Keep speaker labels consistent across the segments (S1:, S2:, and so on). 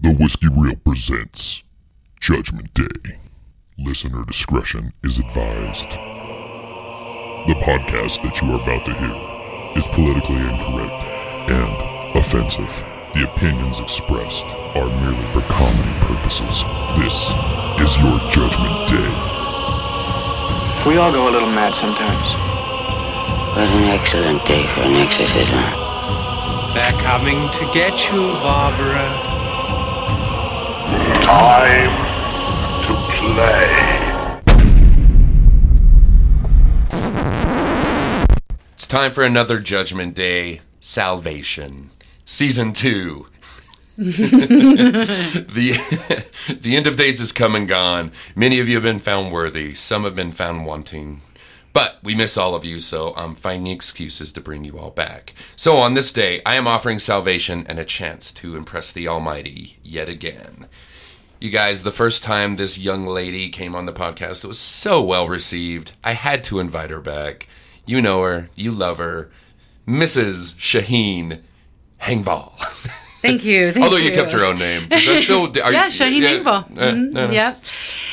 S1: The Whiskey Reel presents Judgment Day. Listener discretion is advised. The podcast that you are about to hear is politically incorrect and offensive. The opinions expressed are merely for comedy purposes. This is your Judgment Day.
S2: We all go a little mad sometimes.
S3: What an excellent day for an exorcism.
S4: They're coming to get you, Barbara.
S5: Time to play.
S6: It's time for another Judgment Day Salvation, Season 2. the the end of days is come and gone. Many of you have been found worthy, some have been found wanting. But we miss all of you, so I'm finding excuses to bring you all back. So on this day, I am offering salvation and a chance to impress the Almighty yet again. You guys, the first time this young lady came on the podcast, it was so well received. I had to invite her back. You know her, you love her. Mrs. Shaheen Hangval.
S7: Thank you. Thank
S6: Although you kept your own name. Is that still, are
S7: Yeah,
S6: you-
S7: Shaheen
S6: yeah,
S7: Iqbal.
S6: uh,
S7: Mhm,
S6: no, no.
S7: Yep.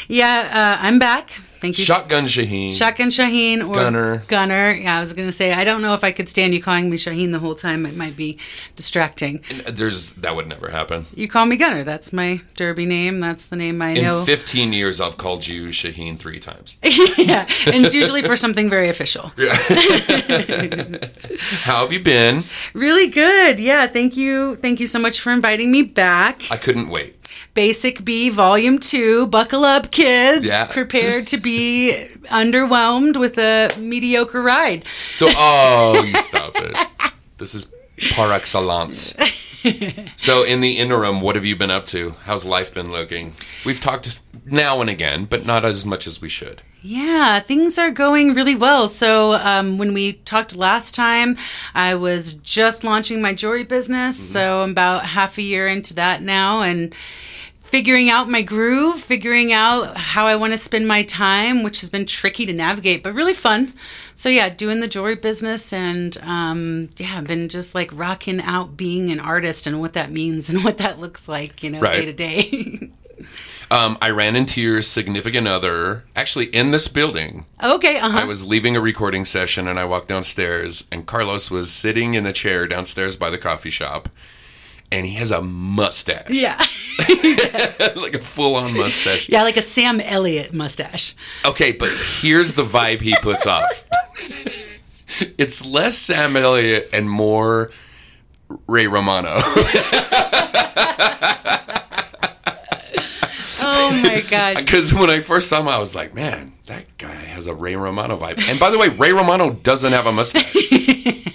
S7: Yeah, uh, I'm back. Thank you.
S6: Shotgun Shaheen.
S7: Shotgun Shaheen or
S6: Gunner.
S7: Gunner. Yeah, I was going to say, I don't know if I could stand you calling me Shaheen the whole time. It might be distracting.
S6: uh, There's that would never happen.
S7: You call me Gunner. That's my derby name. That's the name I
S6: In
S7: know.
S6: 15 years, I've called you Shaheen three times.
S7: yeah, and it's usually for something very official.
S6: How have you been?
S7: Really good. Yeah, thank you. Thank you so much for inviting me back.
S6: I couldn't wait.
S7: Basic B Volume 2. Buckle up, kids.
S6: Yeah.
S7: Prepare to be underwhelmed with a mediocre ride.
S6: So, oh, you stop it. This is par excellence. So, in the interim, what have you been up to? How's life been looking? We've talked now and again, but not as much as we should.
S7: Yeah, things are going really well. So, um, when we talked last time, I was just launching my jewelry business.
S6: Mm-hmm.
S7: So, I'm about half a year into that now and figuring out my groove, figuring out how I want to spend my time, which has been tricky to navigate, but really fun. So, yeah, doing the jewelry business and um, yeah, I've been just like rocking out being an artist and what that means and what that looks like, you know,
S6: Right.
S7: day to day.
S6: Um, I ran into your significant other, actually, in this building.
S7: Okay, uh
S6: I
S7: huh.
S6: was leaving a recording session and I walked downstairs and Carlos was sitting in a chair downstairs by the coffee shop and he has a mustache.
S7: Yeah.
S6: like a full on mustache.
S7: Yeah, like a Sam Elliott mustache.
S6: Okay, but here's the vibe he puts off. it's less Sam Elliott and more Ray Romano.
S7: Oh my gosh.
S6: Because when I first saw him, I was like, man, that guy has a Ray Romano vibe. And by the way, Ray Romano doesn't have a mustache.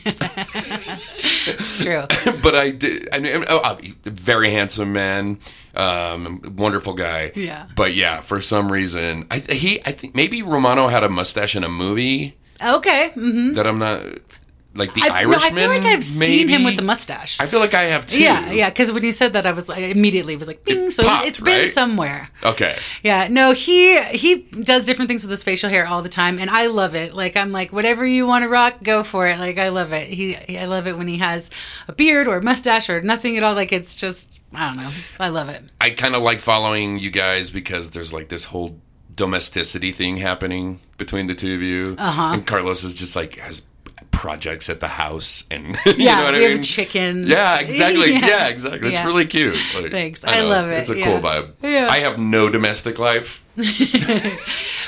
S7: It's true.
S6: but I did. I mean, oh, uh, very handsome man, um, wonderful guy.
S7: Yeah.
S6: But yeah, for some reason, I th- he I think maybe Romano had a mustache in a movie
S7: Okay. Mm-hmm.
S6: that I'm not like the
S7: I, well, I
S6: Irishman.
S7: feel like I've seen him
S6: maybe?
S7: with the mustache.
S6: I feel like I have too.
S7: yeah, yeah. Because when you said that, I was like, immediately was like, bing. so
S6: popped,
S7: it's been
S6: right?
S7: somewhere.
S6: Okay.
S7: Yeah. No, he he does different things with his facial hair all the time, and I love it. Like I'm like, whatever you want to rock, go for it. Like I love it. He I love it when he has a beard or a mustache or nothing at all. Like it's just I don't know. I love it.
S6: I kind of like following you guys because there's like this whole domesticity thing happening between the two of you. Uh-huh. And Carlos is just like has projects at the house and you
S7: Yeah,
S6: know what
S7: we
S6: I
S7: have
S6: mean?
S7: chickens.
S6: Yeah, exactly. yeah.
S7: Yeah.
S6: exactly. It's
S7: Yeah.
S6: really cute. Like,
S7: Thanks. I
S6: know,
S7: love it,
S6: It's a
S7: yeah.
S6: cool vibe.
S7: Yeah.
S6: I have no domestic life.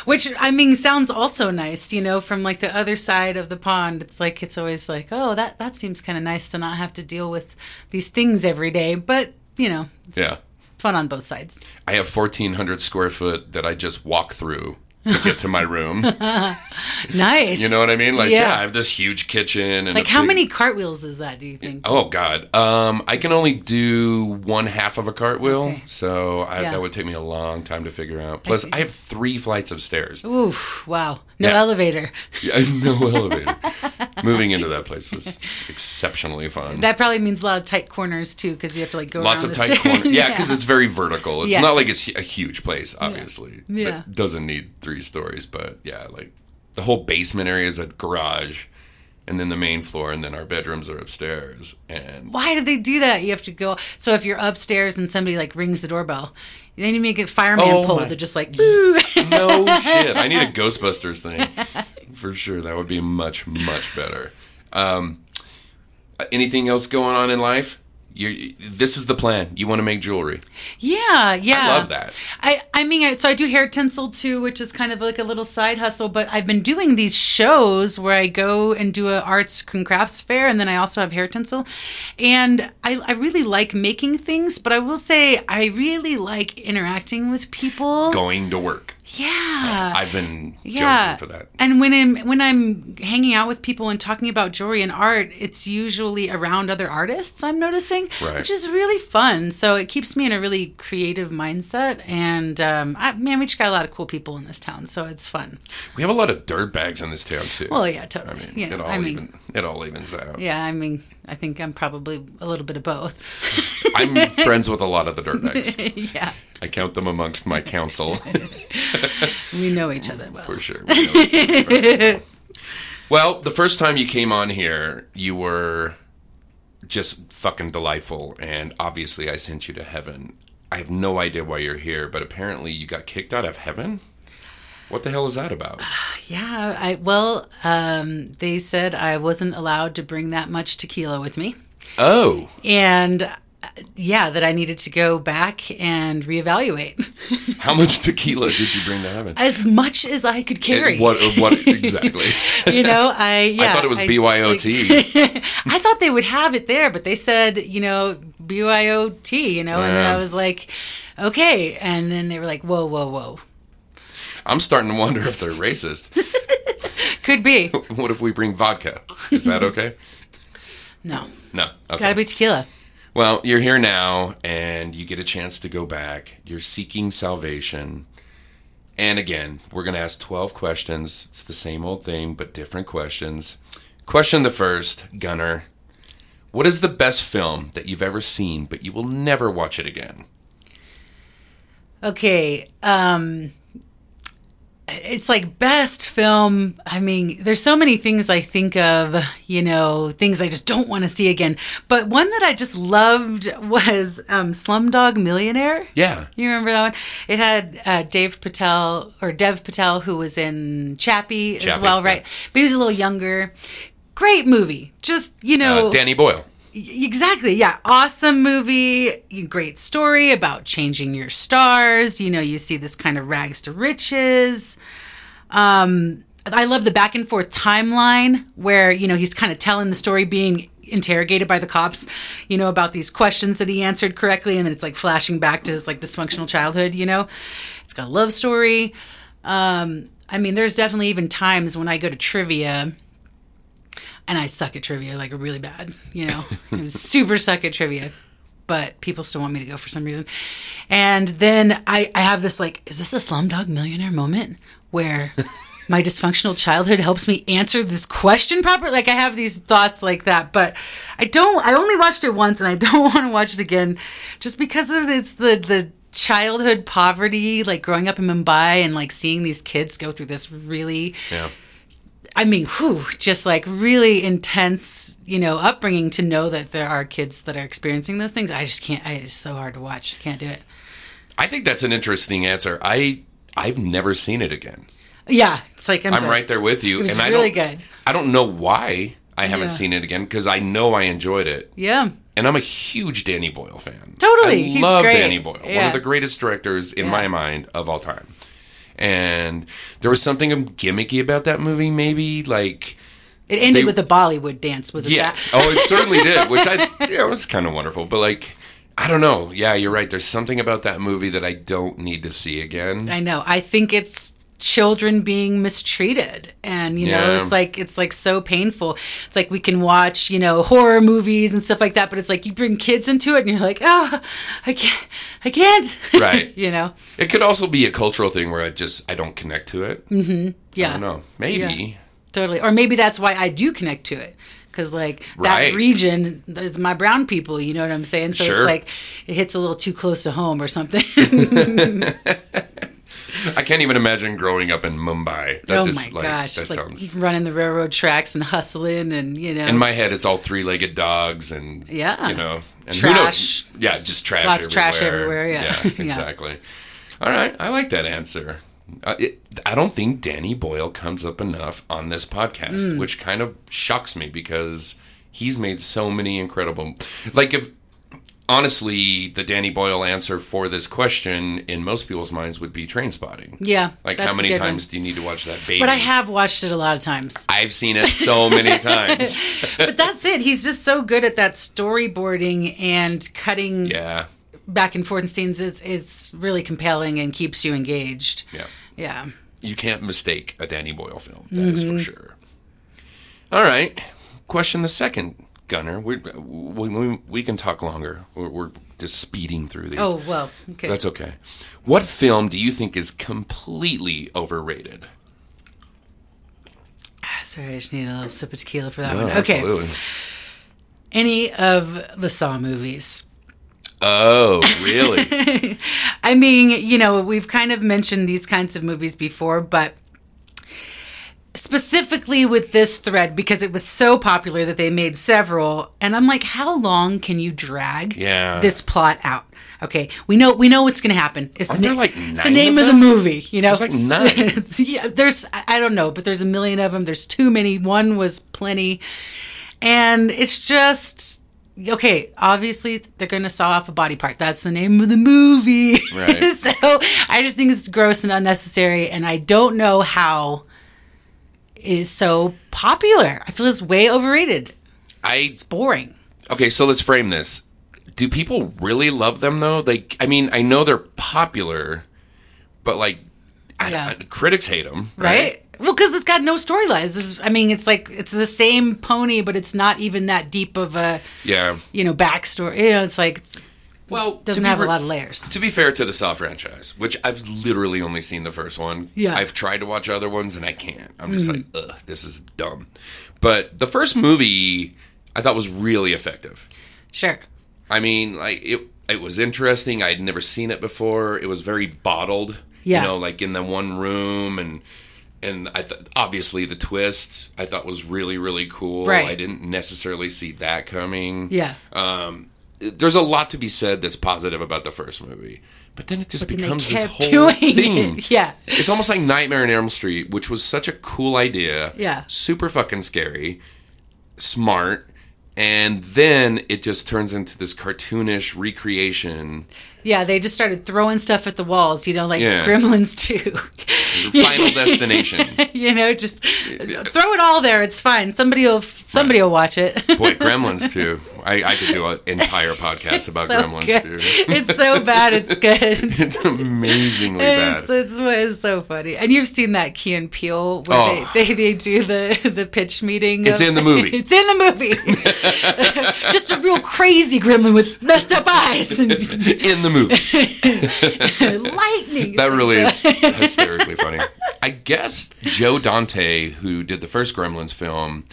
S7: Which I mean sounds also nice, you know, from like the other side of the pond. It's like it's always like, oh, that that seems kind of nice to not have to deal with these things every day, but you know, it's
S6: Yeah.
S7: fun on both sides.
S6: I have 1400 square foot that I just walk through to get to my room.
S7: Nice.
S6: you know what I mean? Like yeah,
S7: Yeah.
S6: I have this huge kitchen and
S7: Like
S6: a
S7: how
S6: big-
S7: many cartwheels is that? Do you think?
S6: Oh God, um, I can only do one half of a cartwheel,
S7: Okay.
S6: so I,
S7: Yeah.
S6: that would take me a long time to figure out. Plus, I have three flights of stairs.
S7: Oof! Wow. No
S6: Yeah.
S7: elevator.
S6: Yeah, no elevator. Moving into that place was exceptionally fun.
S7: That probably means a lot of tight corners too, because you have to like go
S6: Lots
S7: around
S6: of
S7: the
S6: tight
S7: stairs.
S6: corners. Yeah, because it's very vertical. It's
S7: Yeah.
S6: not like it's a huge place, obviously.
S7: Yeah.
S6: That doesn't need three stories, but yeah, like the whole basement area is a garage. and then the main floor, and then our bedrooms are upstairs. And
S7: Why did they do that? You have to go. So if you're upstairs and somebody like rings the doorbell, then you make a fireman
S6: Oh,
S7: pole.
S6: my-
S7: They're just like, "Boo."
S6: no shit, I need a Ghostbusters thing for sure. That would be much much better. Um, anything else going on in life? You, this is the plan. You want to make jewelry.
S7: yeah, yeah.
S6: I love that.
S7: I, I mean, I, so I do hair tinsel too, which is kind of like a little side hustle, but I've been doing these shows where I go and do a arts and crafts fair, and then I also have hair tinsel. And I, I really like making things, but I will say I really like interacting with people.
S6: Going to work.
S7: yeah.
S6: I've been jonesing for that.
S7: And when I'm when I'm hanging out with people and talking about jewelry and art, it's usually around other artists. I'm noticing,
S6: Right.
S7: which is really fun. So it keeps me in a really creative mindset. And um, I, man, we just got a lot of cool people in this town, so it's fun.
S6: We have a lot of dirt bags in this town too.
S7: Well, yeah, totally.
S6: I mean,
S7: you know,
S6: it all
S7: I mean,
S6: even it all evens out.
S7: yeah, I mean, I think I'm probably a little bit of both.
S6: I'm friends with a lot of the dirtbags.
S7: yeah,
S6: I count them amongst my council
S7: we know each other well.
S6: for sure. We know each other very well. well, the first time you came on here, you were just fucking delightful, and obviously, I sent you to heaven. I have no idea why you're here, but apparently, you got kicked out of heaven. What the hell is that about?
S7: Yeah, I well, um, they said I wasn't allowed to bring that much tequila with me.
S6: Oh,
S7: and uh, yeah, that I needed to go back and reevaluate
S6: how much tequila did you bring to heaven?
S7: as much as I could carry.
S6: What? uh, What exactly?
S7: you know, I yeah.
S6: I thought it was
S7: just, like-
S6: BYOT.
S7: I thought they would have it there, but they said you know BYOT, you know, and then I
S6: Yeah.
S7: was like, okay, and then they were like, whoa, whoa, whoa,
S6: I'm starting to wonder if they're racist.
S7: could be
S6: What if we bring vodka? Is that okay?
S7: no,
S6: No. Okay.
S7: gotta be tequila.
S6: well, you're here now and you get a chance to go back. You're seeking salvation. And again, we're going to ask 12 questions. It's the same old thing, but different questions. Question the first, Gunner. What is the best film that you've ever seen, but you will never watch it again?
S7: Okay. Um it's like best film. I mean, there's so many things I think of, you know, things I just don't want to see again. But one that I just loved was um, Slumdog Millionaire.
S6: Yeah.
S7: You remember that one? It had uh, Dave Patel or Dev Patel, who was in Chappie, as
S6: Chappie,
S7: well, right? But he was a little younger. Great movie. Just, you know.
S6: Uh, Danny Boyle.
S7: Exactly. Yeah. Awesome movie. Great story about changing your stars. You know, you see this kind of rags to riches. Um, I love the back and forth timeline where, you know, he's kind of telling the story being interrogated by the cops, you know, about these questions that he answered correctly. And then it's like flashing back to his like dysfunctional childhood, you know, it's got a love story. Um, I mean, there's definitely even times when I go to trivia and I suck at trivia like really bad. You know, I was super suck at trivia, but people still want me to go for some reason. And then I, I have this like, is this a Slumdog Millionaire moment where my dysfunctional childhood helps me answer this question properly? Like I have these thoughts like that, but I don't. I only watched it once, and I don't want to watch it again, just because of it's the the childhood poverty like growing up in mumbai and like seeing these kids go through this really
S6: Yeah.
S7: I mean, whew, just like really intense, you know, upbringing to know that there are kids that are experiencing those things. I just can't. I, it's so hard to watch. Can't do it.
S6: I think that's an interesting answer. I I've never seen it again.
S7: Yeah, it's like I'm,
S6: I'm
S7: good.
S6: right there with you.
S7: It was
S6: I
S7: really
S6: don't-
S7: good.
S6: I don't know why I haven't
S7: Yeah.
S6: seen it again because I know I enjoyed it,
S7: Yeah,
S6: and I'm a huge Danny Boyle fan.
S7: Totally.
S6: I
S7: He's
S6: love
S7: great.
S6: Danny Boyle, one
S7: Yeah.
S6: of the greatest directors in my
S7: Yeah.
S6: mind of all time. And there was something gimmicky about that movie, maybe like
S7: it ended
S6: They-
S7: with the Bollywood dance. Was it
S6: yes,
S7: that?
S6: oh, it certainly did, which I yeah, it was kind of wonderful, but like. I don't know. Yeah, you're right. There's something about that movie that I don't need to see again.
S7: I know. I think it's children being mistreated and you know
S6: Yeah.
S7: it's like it's like so painful it's like we can watch you know horror movies and stuff like that but it's like you bring kids into it and you're like oh i can't i can't
S6: Right.
S7: you know
S6: It could also be a cultural thing where I just I don't connect to it.
S7: Mm. yeah
S6: I don't know. Maybe.
S7: Totally. Or maybe that's why I do connect to it. Because, like,
S6: Right.
S7: that region is my brown people, you know what I'm saying? So
S6: Sure.
S7: it's like it hits a little too close to home or something.
S6: I can't even imagine growing up in Mumbai. That
S7: oh
S6: just,
S7: my
S6: like,
S7: gosh,
S6: that
S7: like
S6: sounds.
S7: running the railroad tracks and hustling and you know
S6: In my head, it's all three-legged dogs and
S7: Yeah.
S6: you know, and
S7: Ah. Trash.
S6: Who knows? Yeah, just trash.
S7: Lots of
S6: everywhere.
S7: trash everywhere, yeah. Yeah.
S6: exactly. All right, I like that answer. I, it, I don't think Danny Boyle comes up enough on this podcast,
S7: Mm.
S6: which kind of shocks me because he's made so many incredible. Like if honestly, the Danny Boyle answer for this question in most people's minds would be Train Spotting.
S7: yeah.
S6: Like
S7: that's
S6: how
S7: a
S6: many
S7: good one.
S6: times do you need to watch that baby?
S7: But I have watched it a lot of times.
S6: I've seen it so many times.
S7: But that's it. He's just so good at that storyboarding and cutting
S6: Yeah.
S7: back and forth in scenes. It's it's really compelling and keeps you engaged.
S6: Yeah.
S7: Yeah.
S6: You can't mistake a Danny Boyle film. That is
S7: Mm-hmm.
S6: for sure. All right. Question the second, Gunner. We, we, we, we can talk longer. We're, we're just speeding through these.
S7: Oh well. Okay.
S6: That's okay. What film do you think is completely overrated?
S7: Sorry, I just need a little sip of tequila for that
S6: Oh,
S7: one. Okay.
S6: Absolutely.
S7: Any of the Saw movies.
S6: Oh, really?
S7: I mean, you know, we've kind of mentioned these kinds of movies before, but specifically with this thread because it was so popular that they made several and I'm like how long can you drag
S6: Yeah.
S7: this plot out? Okay, we know we know what's going to happen. It's,
S6: Aren't
S7: the
S6: there,
S7: na-
S6: like,
S7: it's the
S6: nine
S7: name
S6: of
S7: of, the
S6: them?
S7: movie, you know.
S6: There's, like, nine.
S7: yeah, there's I I don't know, but there's a million of them. There's too many. One was plenty. And it's just okay, obviously they're going to saw off a body part. That's the name of the movie.
S6: Right.
S7: so I just think it's gross and unnecessary. And I don't know how it is so popular. I feel it's way overrated,
S6: I
S7: boring.
S6: Okay, so let's frame this. Do people really love them though? Like, I mean, I know they're popular, but like, I-
S7: Yeah.
S6: I- critics hate them,
S7: Right? Well, because it's got no storylines. It's- I mean, it's like it's the same pony, but it's not even that deep of a
S6: Yeah.
S7: you know backstory. You know, it's like it
S6: Well,
S7: doesn't
S6: to be
S7: have a
S6: re-
S7: lot of layers.
S6: To be fair to the Saw franchise, which I've literally only seen the first one.
S7: Yeah. Mm-hmm.
S6: I've tried to watch other ones and I can't. I'm just like, ugh, this is dumb. But the first movie I thought was really effective.
S7: Sure.
S6: I mean, like it it was interesting. I'd never seen it before. It was very bottled.
S7: Yeah.
S6: You know, like in the one room and and I th- obviously the twist I thought was really really cool.
S7: Right.
S6: I didn't necessarily see that coming.
S7: Yeah.
S6: There's a lot to be said that's positive about the first movie. But then it just
S7: And they
S6: becomes this
S7: kept
S6: whole
S7: doing
S6: thing.
S7: it. Yeah.
S6: It's almost like Nightmare on Elm Street, which was such a cool idea.
S7: Yeah.
S6: Super fucking scary, smart, and then it just turns into this cartoonish recreation.
S7: Yeah, they just started throwing stuff at the walls, you know, like
S6: Yeah.
S7: Gremlins too.
S6: Final destination.
S7: you know, just throw it all there. It's fine. Somebody will somebody will watch it.
S6: Boy, Gremlins too. I, I could do an entire podcast about
S7: So
S6: Gremlins
S7: good.
S6: too.
S7: It's so bad. It's good.
S6: It's amazingly bad.
S7: It's, it's, it's so funny, and you've seen that Key and Peele where
S6: Oh.
S7: they, they, they do the the pitch meeting.
S6: It's
S7: of-
S6: in the movie.
S7: it's in the movie. Just a real crazy gremlin with messed up eyes and
S6: In the movie.
S7: lightning.
S6: That really is hysterically funny. I guess Joe Dante, who did the first Gremlins film,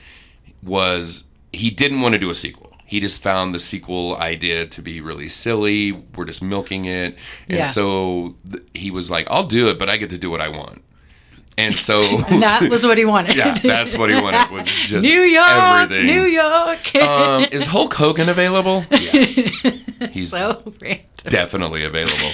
S6: was he didn't want to do a sequel. He just found the sequel idea to be really silly. We're just milking it, and
S7: Yeah.
S6: so th- he was like, "I'll do it, but I get to do what I want." And so,
S7: And that was what he wanted.
S6: yeah, that's what he wanted was just
S7: New York,
S6: everything.
S7: New York.
S6: Um, is Hulk Hogan available? Yeah, he's
S7: so random.
S6: definitely available.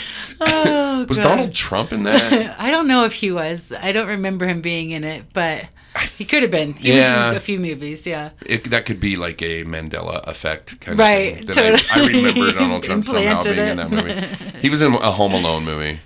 S6: was Donald Trump in that?
S7: I don't know if he was. I don't remember him being in it, but he could have been. He
S6: Yeah.
S7: was in a few movies. Yeah,
S6: it, that could be like a Mandela effect kind
S7: Right,
S6: of thing. That I, I
S7: totally.
S6: remember Donald Trump somehow being
S7: Implanted
S6: in that movie. He was in a Home Alone movie.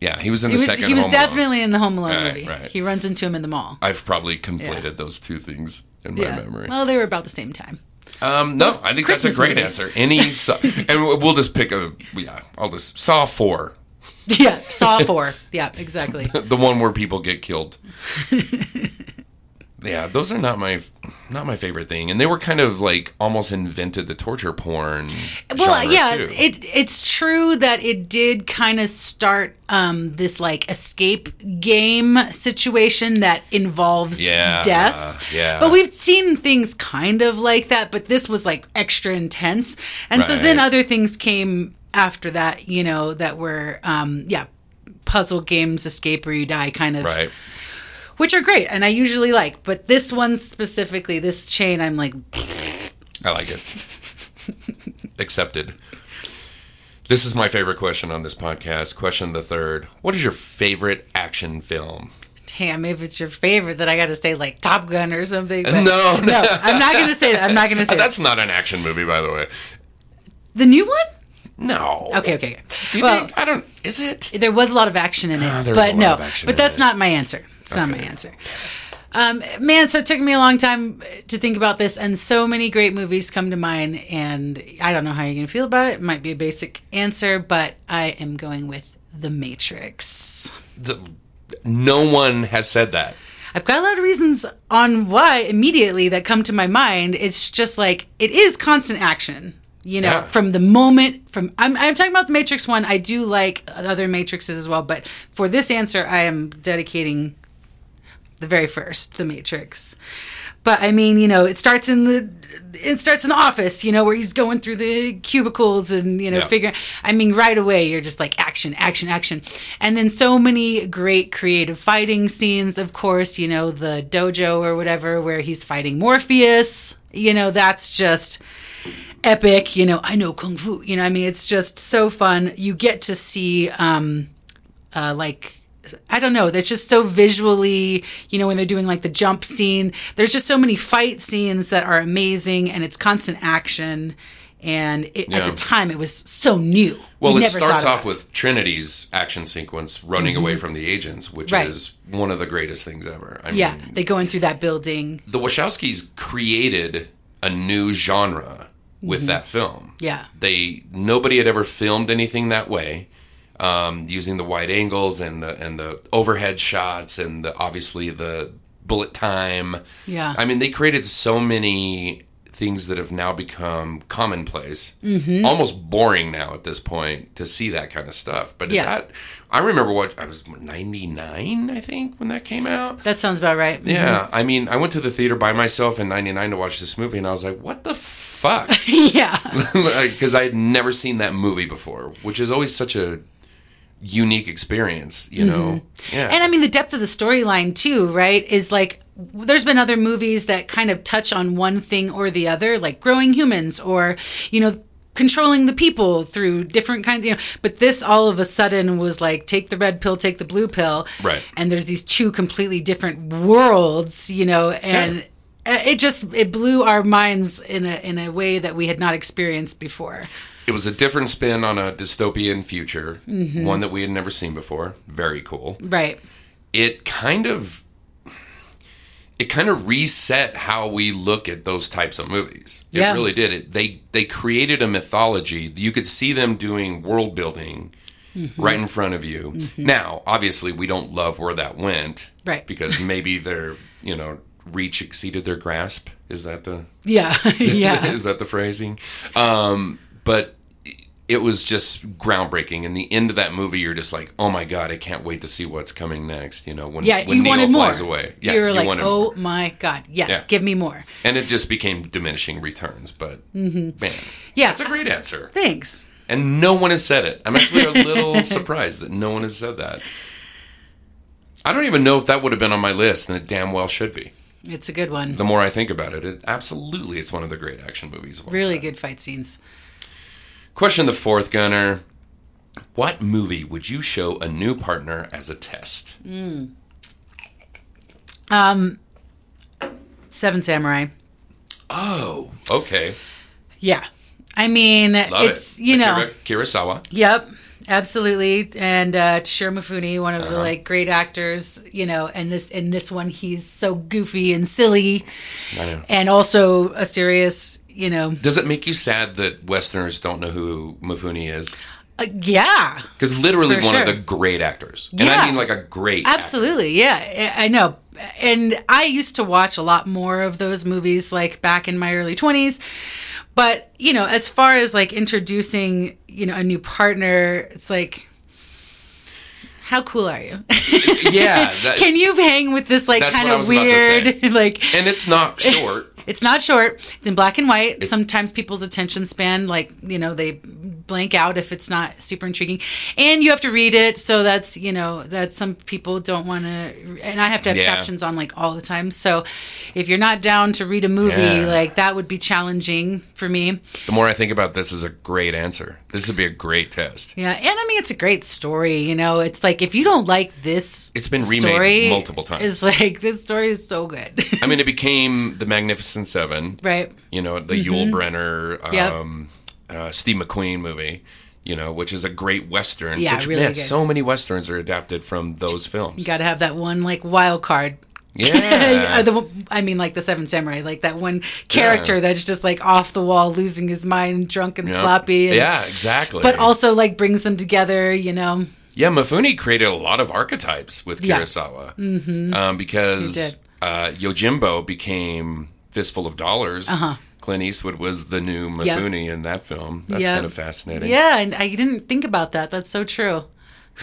S6: Yeah, he was in
S7: he
S6: the
S7: was.
S6: second.
S7: He was
S6: Home Alone.
S7: definitely in the Home Alone
S6: Right,
S7: movie.
S6: right.
S7: He runs into him in the mall.
S6: I've probably conflated those two things in my
S7: yeah.
S6: memory.
S7: Well, they were about the same time.
S6: um, no, I think that's
S7: Christmas
S6: a great
S7: movies.
S6: answer. Any, saw, and we'll we'll just pick a. Yeah, I'll just Saw Four,
S7: Yeah, Saw Four. Yeah, exactly.
S6: the one where people get killed. yeah, those are not my not my favorite thing, and they were kind of like almost invented the torture porn.
S7: well
S6: genre,
S7: yeah
S6: too.
S7: it it's true that it did kind of start um this like escape game situation that involves
S6: Yeah,
S7: death
S6: yeah.
S7: but we've seen things kind of like that but this was like extra intense and so then
S6: Right.
S7: other things came after that you know that were um yeah puzzle games, escape or you die kind of
S6: right?
S7: which are great and I usually like. But this one specifically, this chain, I'm like,
S6: I like it. Accepted. This is my favorite question on this podcast. Question the third. What is your favorite action film?
S7: damn, if it's your favorite, then I got to say like Top Gun or something. But
S6: No,
S7: no, I'm not gonna say that. I'm not gonna say that.
S6: That's not an action movie, by the way.
S7: The new one?
S6: No.
S7: Okay, okay, okay.
S6: Do you
S7: well,
S6: think? I don't. Is it?
S7: there was a lot of action in it,
S6: there was
S7: but
S6: a lot
S7: no,
S6: of action
S7: but
S6: in
S7: that's
S6: it.
S7: not my answer. It's not my answer. Um, man, so it took me a long time to think about this, and so many great movies come to mind, and I don't know how you're gonna feel about it. It might be a basic answer, but I am going with The Matrix.
S6: The, no one has said that.
S7: I've got a lot of reasons on why immediately that come to my mind. It's just like it is constant action. You know,
S6: Yeah.
S7: from the moment from I'm, I'm talking about the Matrix one. I do like other Matrixes as well, but for this answer, I am dedicating the very first, the Matrix. But I mean, you know, it starts in the it starts in the office, you know, where he's going through the cubicles and you know
S6: Yeah.
S7: figuring. I mean, right away you're just like action, action, action, and then so many great creative fighting scenes. Of course, you know the dojo or whatever where he's fighting Morpheus. You know, that's just epic. You know, I know kung fu. You know, I mean, it's just so fun. You get to see. um uh, like I don't know. That's just so visually, you know, when they're doing like the jump scene. There's just so many fight scenes that are amazing, and it's constant action. And it, at
S6: Yeah.
S7: the time, it was so new. We
S6: Well, it
S7: never
S6: starts
S7: thought
S6: off
S7: about Mm-hmm.
S6: with Trinity's action sequence running away from the agents, which
S7: Right.
S6: is one of the greatest things ever. I mean,
S7: it. yeah, they go in through that building.
S6: the Wachowskis created a new genre
S7: Mm-hmm.
S6: with that film.
S7: Yeah.
S6: They nobody had ever filmed anything that way, um, using the wide angles and the and the overhead shots and the, obviously the bullet time.
S7: Yeah.
S6: I mean, they created so many things that have now become commonplace,
S7: Mm-hmm.
S6: almost boring now at this point to see that kind of stuff. But
S7: Yeah.
S6: that, I remember what I was ninety nine, I think, when that came out.
S7: That sounds about right.
S6: Yeah, I mean, I went to the theater by myself in '99 to watch this movie, and I was like, "What the fuck?"
S7: yeah,
S6: Because I had never seen that movie before, which is always such a unique experience, you know? Yeah,
S7: and I mean the depth of the storyline too, right? Is like there's been other movies that kind of touch on one thing or the other, like growing humans or you know controlling the people through different kinds, you know. But this all of a sudden was like take the red pill, take the blue pill,
S6: Right.
S7: And there's these two completely different worlds, you know, and. uh, It just it blew our minds in a in a way that we had not experienced before.
S6: it was a different spin on a dystopian future, one that we had never seen before. Very cool.
S7: Right.
S6: It kind of, it kind of reset how we look at those types of movies. It
S7: Yeah.
S6: really did. It they they created a mythology. You could see them doing world building.
S7: Mm-hmm.
S6: right in front of you. Now, obviously, we don't love where that went,
S7: Right.
S6: Because maybe their you know reach exceeded their grasp. Is that the
S7: Yeah. yeah.
S6: is that the phrasing? Um, but it was just groundbreaking. And the end of that movie, you're just like, oh my god, I can't wait to see what's coming next. You know, when
S7: Yeah,
S6: when
S7: you
S6: Neo
S7: wanted more.
S6: flies away, yeah,
S7: you were like,
S6: wanted
S7: oh
S6: more.
S7: my god, yes,
S6: Yeah.
S7: give me more.
S6: and it just became diminishing returns. But
S7: Mm-hmm.
S6: man,
S7: Yeah,
S6: that's a great answer.
S7: thanks.
S6: And no one has said it. I'm actually a little surprised that no one has said that. I don't even know if that would have been on my list, and it damn well should be.
S7: It's a good one.
S6: The more I think about it, it absolutely it's one of the great action movies. Of all
S7: really
S6: time.
S7: good fight scenes.
S6: Question the fourth, Gunner. What movie would you show a new partner as a test?
S7: Mm. Seven Samurai.
S6: Oh, okay.
S7: Yeah, I mean,
S6: Love
S7: it's
S6: it.
S7: you know,
S6: Akira Kurosawa.
S7: yep, absolutely. And uh, Toshiro Mifune, one of
S6: Uh-huh.
S7: the like great actors, you know, and this in this one he's so goofy and silly,
S6: I know.
S7: and also a serious, you know,
S6: Does it make you sad that Westerners don't know who Mifune is?
S7: uh, yeah.
S6: Because literally
S7: For
S6: one of
S7: sure.
S6: the great actors, and
S7: Yeah.
S6: I mean like a great. actor.
S7: Absolutely, yeah, I I know. And I used to watch a lot more of those movies, like back in my early twenties. But you know, as far as like introducing, you know, a new partner, it's like, how cool are you?
S6: Yeah. that-
S7: Can you hang with this like
S6: That's
S7: kind
S6: what I
S7: of
S6: was about to say.
S7: weird, like?
S6: and it's not short.
S7: It's not short. It's in black and white. Sometimes people's attention span, like you know, they blank out if it's not super intriguing, and you have to read it. So that's you know that some people don't want to, and I have to have
S6: Yeah.
S7: captions on like all the time. So if you're not down to read a movie,
S6: Yeah.
S7: like that would be challenging for me.
S6: The more I think about this, is a great answer. This would be a great test.
S7: Yeah, and I mean it's a great story. You know, it's like if you don't like this,
S6: It's been remade
S7: story,
S6: multiple times.
S7: It's like this story is so good,
S6: I mean, it became the Magnificent Seven,
S7: right?
S6: you know, the
S7: Mm-hmm.
S6: Yul Brenner,
S7: Yep.
S6: um, uh, Steve McQueen movie, you know, which is a great Western.
S7: Yeah,
S6: which,
S7: really
S6: man,
S7: good.
S6: so many Westerns are adapted from those films.
S7: You got to have that one like wild card.
S6: yeah.
S7: Or the one- I mean, like the Seven Samurai, like that one character that's just like off the wall, losing his mind, drunk and
S6: Yeah.
S7: sloppy. and-
S6: yeah, exactly.
S7: But also like brings them together, you know.
S6: Yeah, Mifune created a lot of archetypes with
S7: Yeah.
S6: Kurosawa mm-hmm. um,
S7: He did.
S6: because uh, Yojimbo became Fistful of Dollars. Clint Eastwood was the new
S7: Uh-huh. Yep.
S6: Mifune in that film. That's
S7: Yep.
S6: kind of fascinating.
S7: Yeah, and I didn't think about that. That's so true.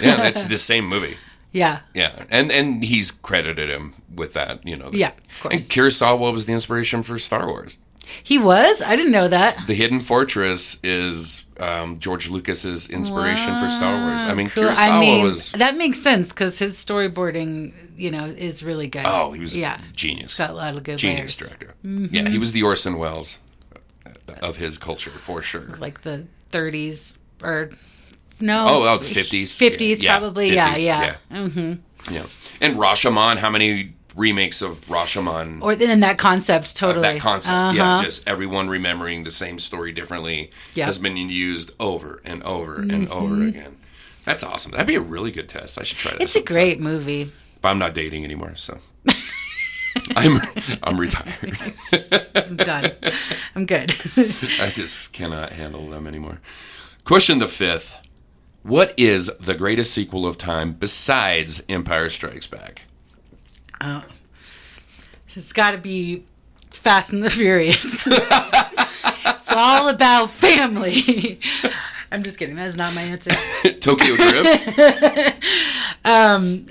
S6: yeah, it's the same movie.
S7: Yeah.
S6: Yeah, and and he's credited him with that. You know.
S7: Yeah, of course.
S6: And Kurosawa was the inspiration for Star Wars.
S7: He was? I didn't know that.
S6: The Hidden Fortress is um, George Lucas's inspiration for Star Wars. I mean,
S7: Cool.
S6: Kurosawa
S7: I mean,
S6: was.
S7: that makes sense because his storyboarding, you know, is really good.
S6: Oh, he was
S7: yeah. Mm-hmm.
S6: a genius.
S7: Got a lot of good
S6: genius
S7: layers.
S6: director. Yeah, he was the Orson Welles uh, of his culture for sure.
S7: Like the 30s or no.
S6: oh, oh, the fifties,
S7: 50s probably. Yeah, yeah.
S6: Mm-hmm. yeah. And Rashomon, how many remakes of Rashomon?
S7: Or then that concept,
S6: of
S7: totally. Uh-huh.
S6: that concept, yeah, just everyone remembering the same story differently
S7: Yeah. Mm-hmm.
S6: has been used over and over and over again. That's awesome. That'd be a really good test. I should try that.
S7: It's a
S6: sometime.
S7: great movie.
S6: But I'm not dating anymore, so I'm I'm retired.
S7: I'm done. I'm good.
S6: I just cannot handle them anymore. Question the fifth What is the greatest sequel of time besides Empire Strikes Back?
S7: Oh. it's got to be Fast and the Furious. it's all about family. I'm just kidding. That is not my answer.
S6: Tokyo Drift?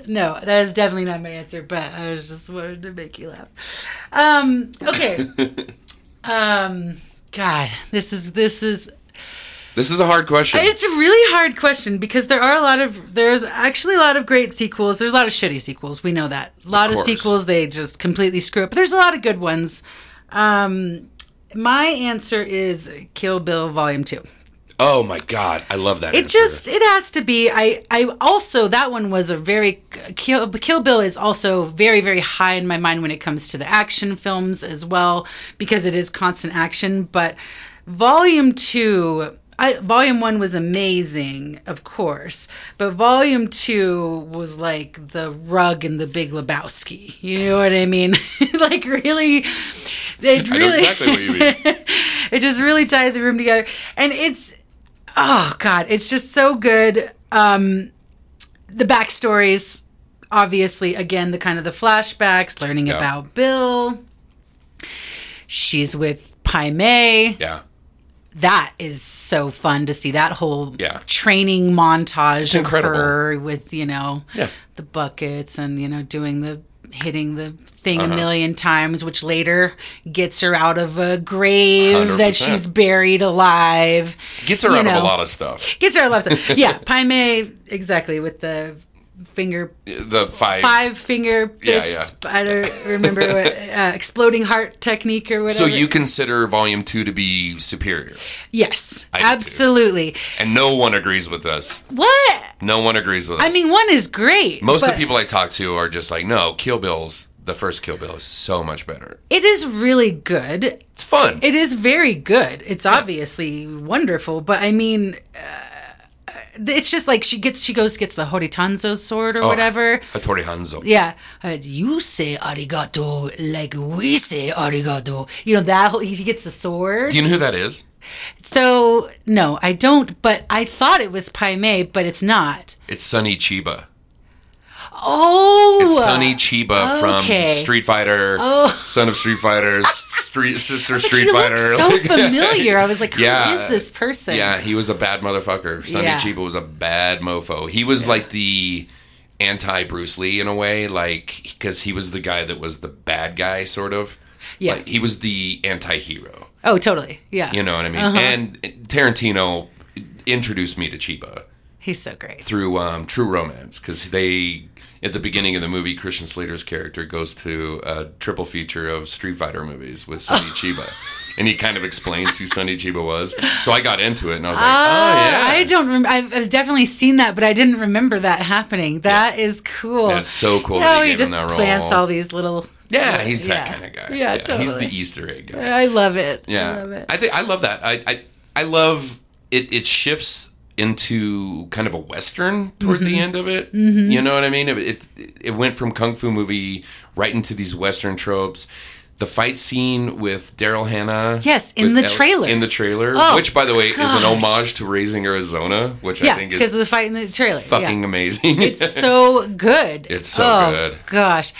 S7: No, that is definitely not my answer, but I was just wanted to make you laugh. Um, okay. um, God, this is this is
S6: this is a hard question.
S7: It's a really hard question because there are a lot of there's actually a lot of great sequels. There's a lot of shitty sequels. We know that. A lot of,
S6: course.
S7: sequels they just completely screw up. But there's a lot of good ones. Um, my answer is Kill Bill Volume Two.
S6: oh my God. I love that.
S7: It
S6: answer.
S7: just it has to be. I I also that one was a very Kill, Kill Bill is also very very high in my mind when it comes to the action films as well because it is constant action. But Volume Two, I, Volume One was amazing, of course, but Volume Two was like the rug and the Big Lebowski. You know what I mean? like really, they really
S6: I know exactly what you mean.
S7: it just really tied the room together and it's oh god it's just so good um the backstories obviously again the kind of the flashbacks learning
S6: Yeah.
S7: about bill she's with pai Mei.
S6: Yeah.
S7: that is so fun to see that whole
S6: Yeah.
S7: training montage of
S6: incredible.
S7: her with you know
S6: Yeah.
S7: the buckets and you know doing the hitting the thing
S6: Uh-huh.
S7: a million times which later gets her out of a grave that
S6: 100%.
S7: she's buried alive
S6: Gets her
S7: You
S6: out of
S7: know.
S6: a lot of stuff.
S7: gets her out of stuff. yeah pai Mei, exactly with the finger
S6: The five.
S7: five finger
S6: Yeah,
S7: fist i don't remember what uh, exploding heart technique or
S6: So
S7: whatever
S6: you consider Volume 2 to be superior.
S7: yes
S6: do too.
S7: absolutely
S6: And no one agrees with us.
S7: what
S6: No one agrees with us.
S7: i mean one is great
S6: Most of
S7: but-
S6: the people I talk to are just like, no, Kill Bill's, the first Kill Bill is so much better.
S7: It is really good.
S6: It's fun.
S7: It is very good. It's obviously wonderful, but I mean, uh, it's just like she gets, she goes, gets the Horitanzo sword or
S6: Oh.
S7: whatever.
S6: Hattori Hanzo.
S7: Yeah, Uh, you say arigato like we say arigato. You know that whole, he gets the sword.
S6: Do you know who that is?
S7: so no, I don't. But I thought it was Pai Mei, but it's not.
S6: It's Sonny Chiba.
S7: Oh,
S6: It's Sonny Chiba
S7: okay. Oh.
S6: from Street Fighter, son of Street Fighter, Street Sister
S7: Like,
S6: Street
S7: he
S6: Fighter.
S7: looks so familiar. I was like, who is
S6: Yeah.
S7: this person?
S6: yeah, he was a bad motherfucker. Sonny
S7: Yeah.
S6: Chiba was a bad mofo. He was like the anti Bruce Lee in a way, like because he was the guy that was the bad guy, sort of.
S7: Yeah.
S6: Like, he was the anti-hero.
S7: Oh, totally. Yeah.
S6: You know what I mean?
S7: Uh-huh.
S6: And Tarantino introduced me to Chiba
S7: He's so great. Uh,
S6: through um, True Romance because they at the beginning of the movie Christian Slater's character goes to a triple feature of Street Fighter movies with Sonny Chiba, and he kind of explains who Sonny Chiba was. So I got into it and I was like,
S7: Uh,
S6: oh
S7: I
S6: yeah,
S7: don't remember. I've, I've definitely seen that, but I didn't remember that happening. That is cool.
S6: that's so cool.
S7: How
S6: that he,
S7: he
S6: gave
S7: just
S6: him that role.
S7: plants all these little.
S6: Yeah, he's that
S7: yeah.
S6: kind of guy.
S7: Yeah,
S6: He's
S7: totally.
S6: the Easter egg guy.
S7: I love it. I love
S6: Yeah,
S7: it.
S6: I, think I love that. I I, I love it. It shifts into kind of a western toward
S7: Mm-hmm.
S6: the end of it. You know what I mean? It, it it went from kung fu movie right into these western tropes. The fight scene with Daryl Hannah.
S7: Yes, in
S6: with
S7: the trailer.
S6: In the trailer,
S7: Oh,
S6: which by the way is an
S7: gosh.
S6: homage to Raising Arizona, which I
S7: yeah,
S6: think
S7: because
S6: is
S7: of the fight in the trailer.
S6: fucking
S7: yeah.
S6: amazing.
S7: It's so good.
S6: It's so
S7: oh,
S6: good.
S7: Gosh.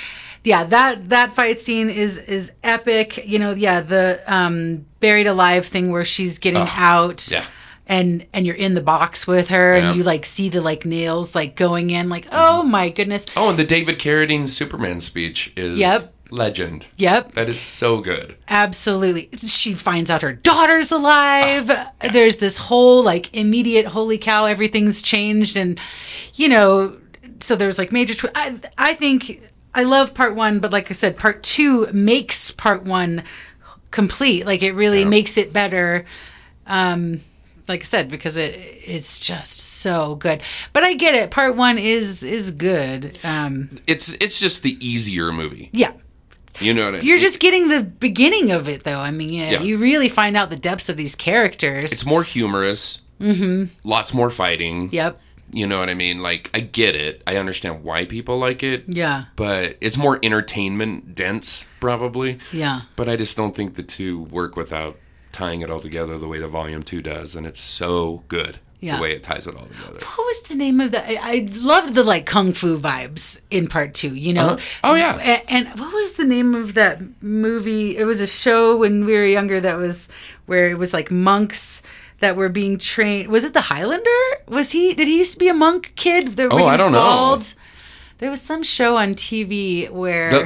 S7: Yeah, that that fight scene is is epic. You know, yeah, the um buried alive thing where she's getting out.
S6: yeah.
S7: And and you're in the box with her
S6: Yeah.
S7: and you like see the like nails like going in like, "Oh my goodness."
S6: oh, and the David Carradine Superman speech is
S7: Yep.
S6: legend.
S7: Yep.
S6: That is so good.
S7: Absolutely. She finds out her daughter's alive. There's this whole like immediate holy cow, everything's changed. And, you know, so there's like major. Twi- I, I think I love part one, but like I said, part two makes part one complete. Like it really makes it better. Um, like I said, because it it's just so good. But I get it. Part one is is good. Um,
S6: It's it's just the easier movie.
S7: yeah.
S6: You know what I mean?
S7: You're just getting the beginning of it, though. I mean, you know,
S6: Yeah.
S7: you really find out the depths of these characters.
S6: it's more humorous. Mm-hmm. Lots more fighting.
S7: yep.
S6: You know what I mean? Like I get it. I understand why people like it.
S7: Yeah.
S6: But it's more entertainment dense, probably.
S7: Yeah.
S6: But I just don't think the two work without tying it all together the way the volume two does, and it's so good
S7: Yeah.
S6: the way it ties it all together.
S7: What was the name of that? I, I loved the like kung fu vibes in part two. You know.
S6: Uh-huh. Oh, yeah.
S7: A- And, what was the name of that movie? It was a show when we were younger that was where it was like monks that were being trained. Was it the Highlander? Was he? Did he used to be a monk kid? That, when
S6: Oh,
S7: he
S6: I
S7: was
S6: don't know.
S7: There was some show on TV where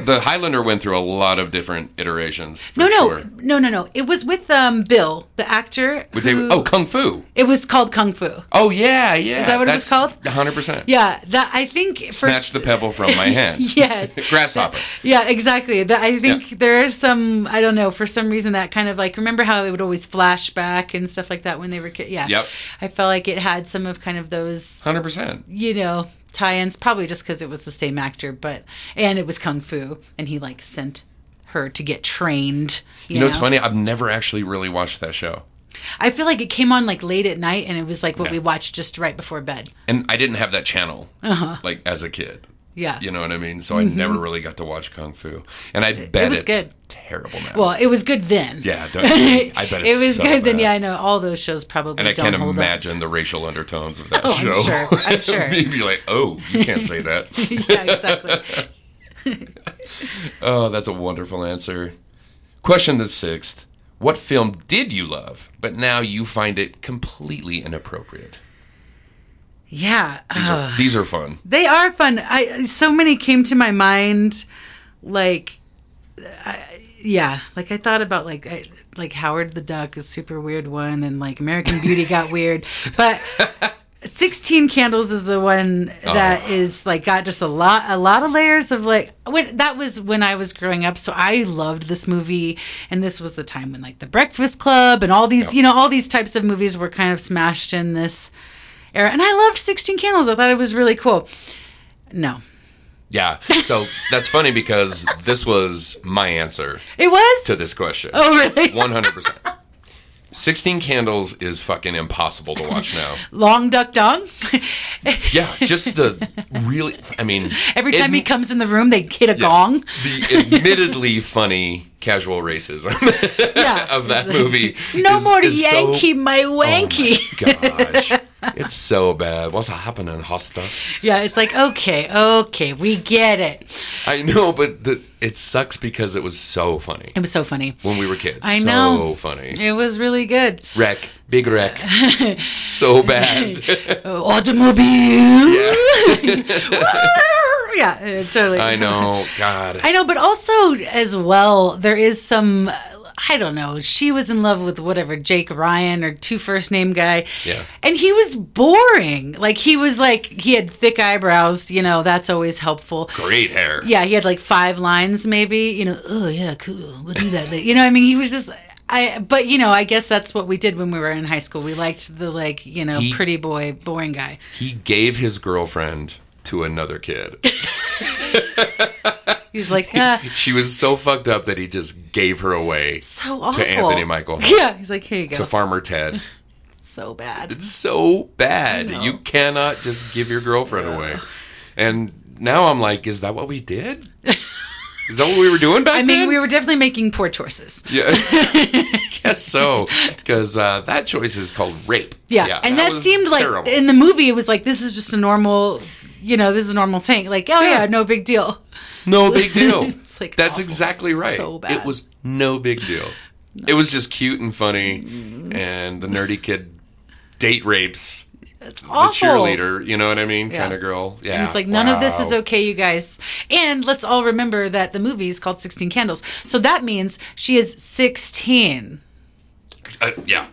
S6: The, the Highlander went through a lot of different iterations. For
S7: No, no,
S6: sure.
S7: no, no, no. It was with um, Bill, the actor.
S6: With David-
S7: who-
S6: oh, Kung Fu.
S7: it was called Kung Fu.
S6: Oh yeah, yeah. Is
S7: that what it was called?
S6: One hundred percent.
S7: Yeah, that I think.
S6: Snatch the pebble from my hand.
S7: Yes.
S6: Grasshopper.
S7: Yeah, exactly. That I think
S6: Yeah.
S7: there are some. I don't know. For some reason, that kind of like remember how it would always flash back and stuff like that when they were kids. Yeah.
S6: Yep.
S7: I felt like it had some of kind of those,
S6: Hundred percent.
S7: you know, tie-ins. Probably just because it was the same actor, but and it was Kung Fu, and he like sent her to get trained. You,
S6: You know, it's funny. I've never actually really watched that show,
S7: I feel like it came on like late at night, and it was like what
S6: Yeah.
S7: we watched just right before bed.
S6: and I didn't have that channel
S7: Uh-huh.
S6: like as a kid.
S7: Yeah.
S6: You know what I mean? So I never really got to watch Kung Fu, and I bet
S7: Mm-hmm. was
S6: it's
S7: good.
S6: terrible now.
S7: well, it was good then.
S6: yeah, don't, I bet it's
S7: it was
S6: so
S7: good then.
S6: bad.
S7: Yeah, I know all those shows probably
S6: And I
S7: don't
S6: can't
S7: hold
S6: imagine the racial undertones of that
S7: Oh, I'm
S6: show.
S7: sure. I'm sure.
S6: You'd be like, "Oh, you can't say that."
S7: up. yeah, exactly.
S6: oh, that's a wonderful answer. Question the sixth: What film did you love, but now you find it completely inappropriate?
S7: Yeah,
S6: These
S7: uh,
S6: are, these are fun.
S7: they are fun. I so many came to my mind, like, I, yeah, like I thought about like I, like Howard the Duck, a super weird one, and like American Beauty got weird, but. 16 candles is the one that is like got just a lot a lot of layers of like when that was when I was growing up so I loved this movie and this was the time when like the breakfast club and all these you know all these types of movies were kind of smashed in this era and I loved 16 candles I thought it was really cool no
S6: Yeah. So that's funny because this was my answer
S7: it was
S6: to this question.
S7: oh really
S6: 100%. 16 Candles is fucking impossible to watch now.
S7: long duck dong
S6: Yeah, just the really, I mean.
S7: every time he
S6: admi-
S7: comes in the room they hit a
S6: yeah,
S7: gong
S6: The admittedly funny casual racism
S7: yeah
S6: of that movie.
S7: no
S6: is-
S7: more to
S6: is so-
S7: Yankee my
S6: Oh my
S7: wanky
S6: gosh. It's so bad. What's happening, Hosta?
S7: Yeah, it's like, okay, okay, we get it.
S6: I know, but the, it sucks because it was so funny
S7: It was so funny.
S6: when we were kids.
S7: I know.
S6: So funny.
S7: It was really good.
S6: wreck, big wreck, so bad.
S7: Automobile. yeah, uh, totally.
S6: I know. God.
S7: I know, but also as well, there is some. uh, I don't know. She was in love with whatever Jake Ryan or two first name guy.
S6: Yeah.
S7: And he was boring. Like he was like he had thick eyebrows. You know that's always helpful.
S6: Great hair.
S7: Yeah, he had like five lines, maybe. You know, oh yeah, cool. We'll do that. later." You know, I mean, he was just. I, but you know, I guess that's what we did when we were in high school. We liked the like, you know,
S6: He-
S7: pretty boy, boring guy.
S6: He gave his girlfriend to another kid.
S7: He's like, ah,
S6: she was so fucked up that he just gave her away
S7: so awful.
S6: to Anthony Michael Hall,
S7: Yeah, he's like, here you go.
S6: to Farmer Ted.
S7: so bad.
S6: It's so bad.
S7: know.
S6: You cannot just give your girlfriend away. And now I'm like, is that what we did? Is that what we were doing back
S7: I
S6: then?
S7: mean, we were definitely making poor choices. Yeah,
S6: guess so, because uh, that choice is called rape.
S7: and that,
S6: was
S7: seemed like
S6: terrible.
S7: in the movie, it was like this is just a normal, you know, this is a normal thing. Like, oh yeah,
S6: Yeah.
S7: no big deal.
S6: no big deal.
S7: It's, like,
S6: That's
S7: awful.
S6: exactly right.
S7: So bad.
S6: It was no big deal. It was just cute and funny,
S7: Mm-hmm.
S6: and the nerdy kid date rapes
S7: It's
S6: the
S7: awful.
S6: cheerleader. You know what I mean?
S7: Yeah.
S6: Kind of girl. Yeah.
S7: And it's like none of this is
S6: Wow.
S7: okay, you guys. And let's all remember that the movie is called Sixteen Candles, so that means she is sixteen,
S6: Uh, yeah.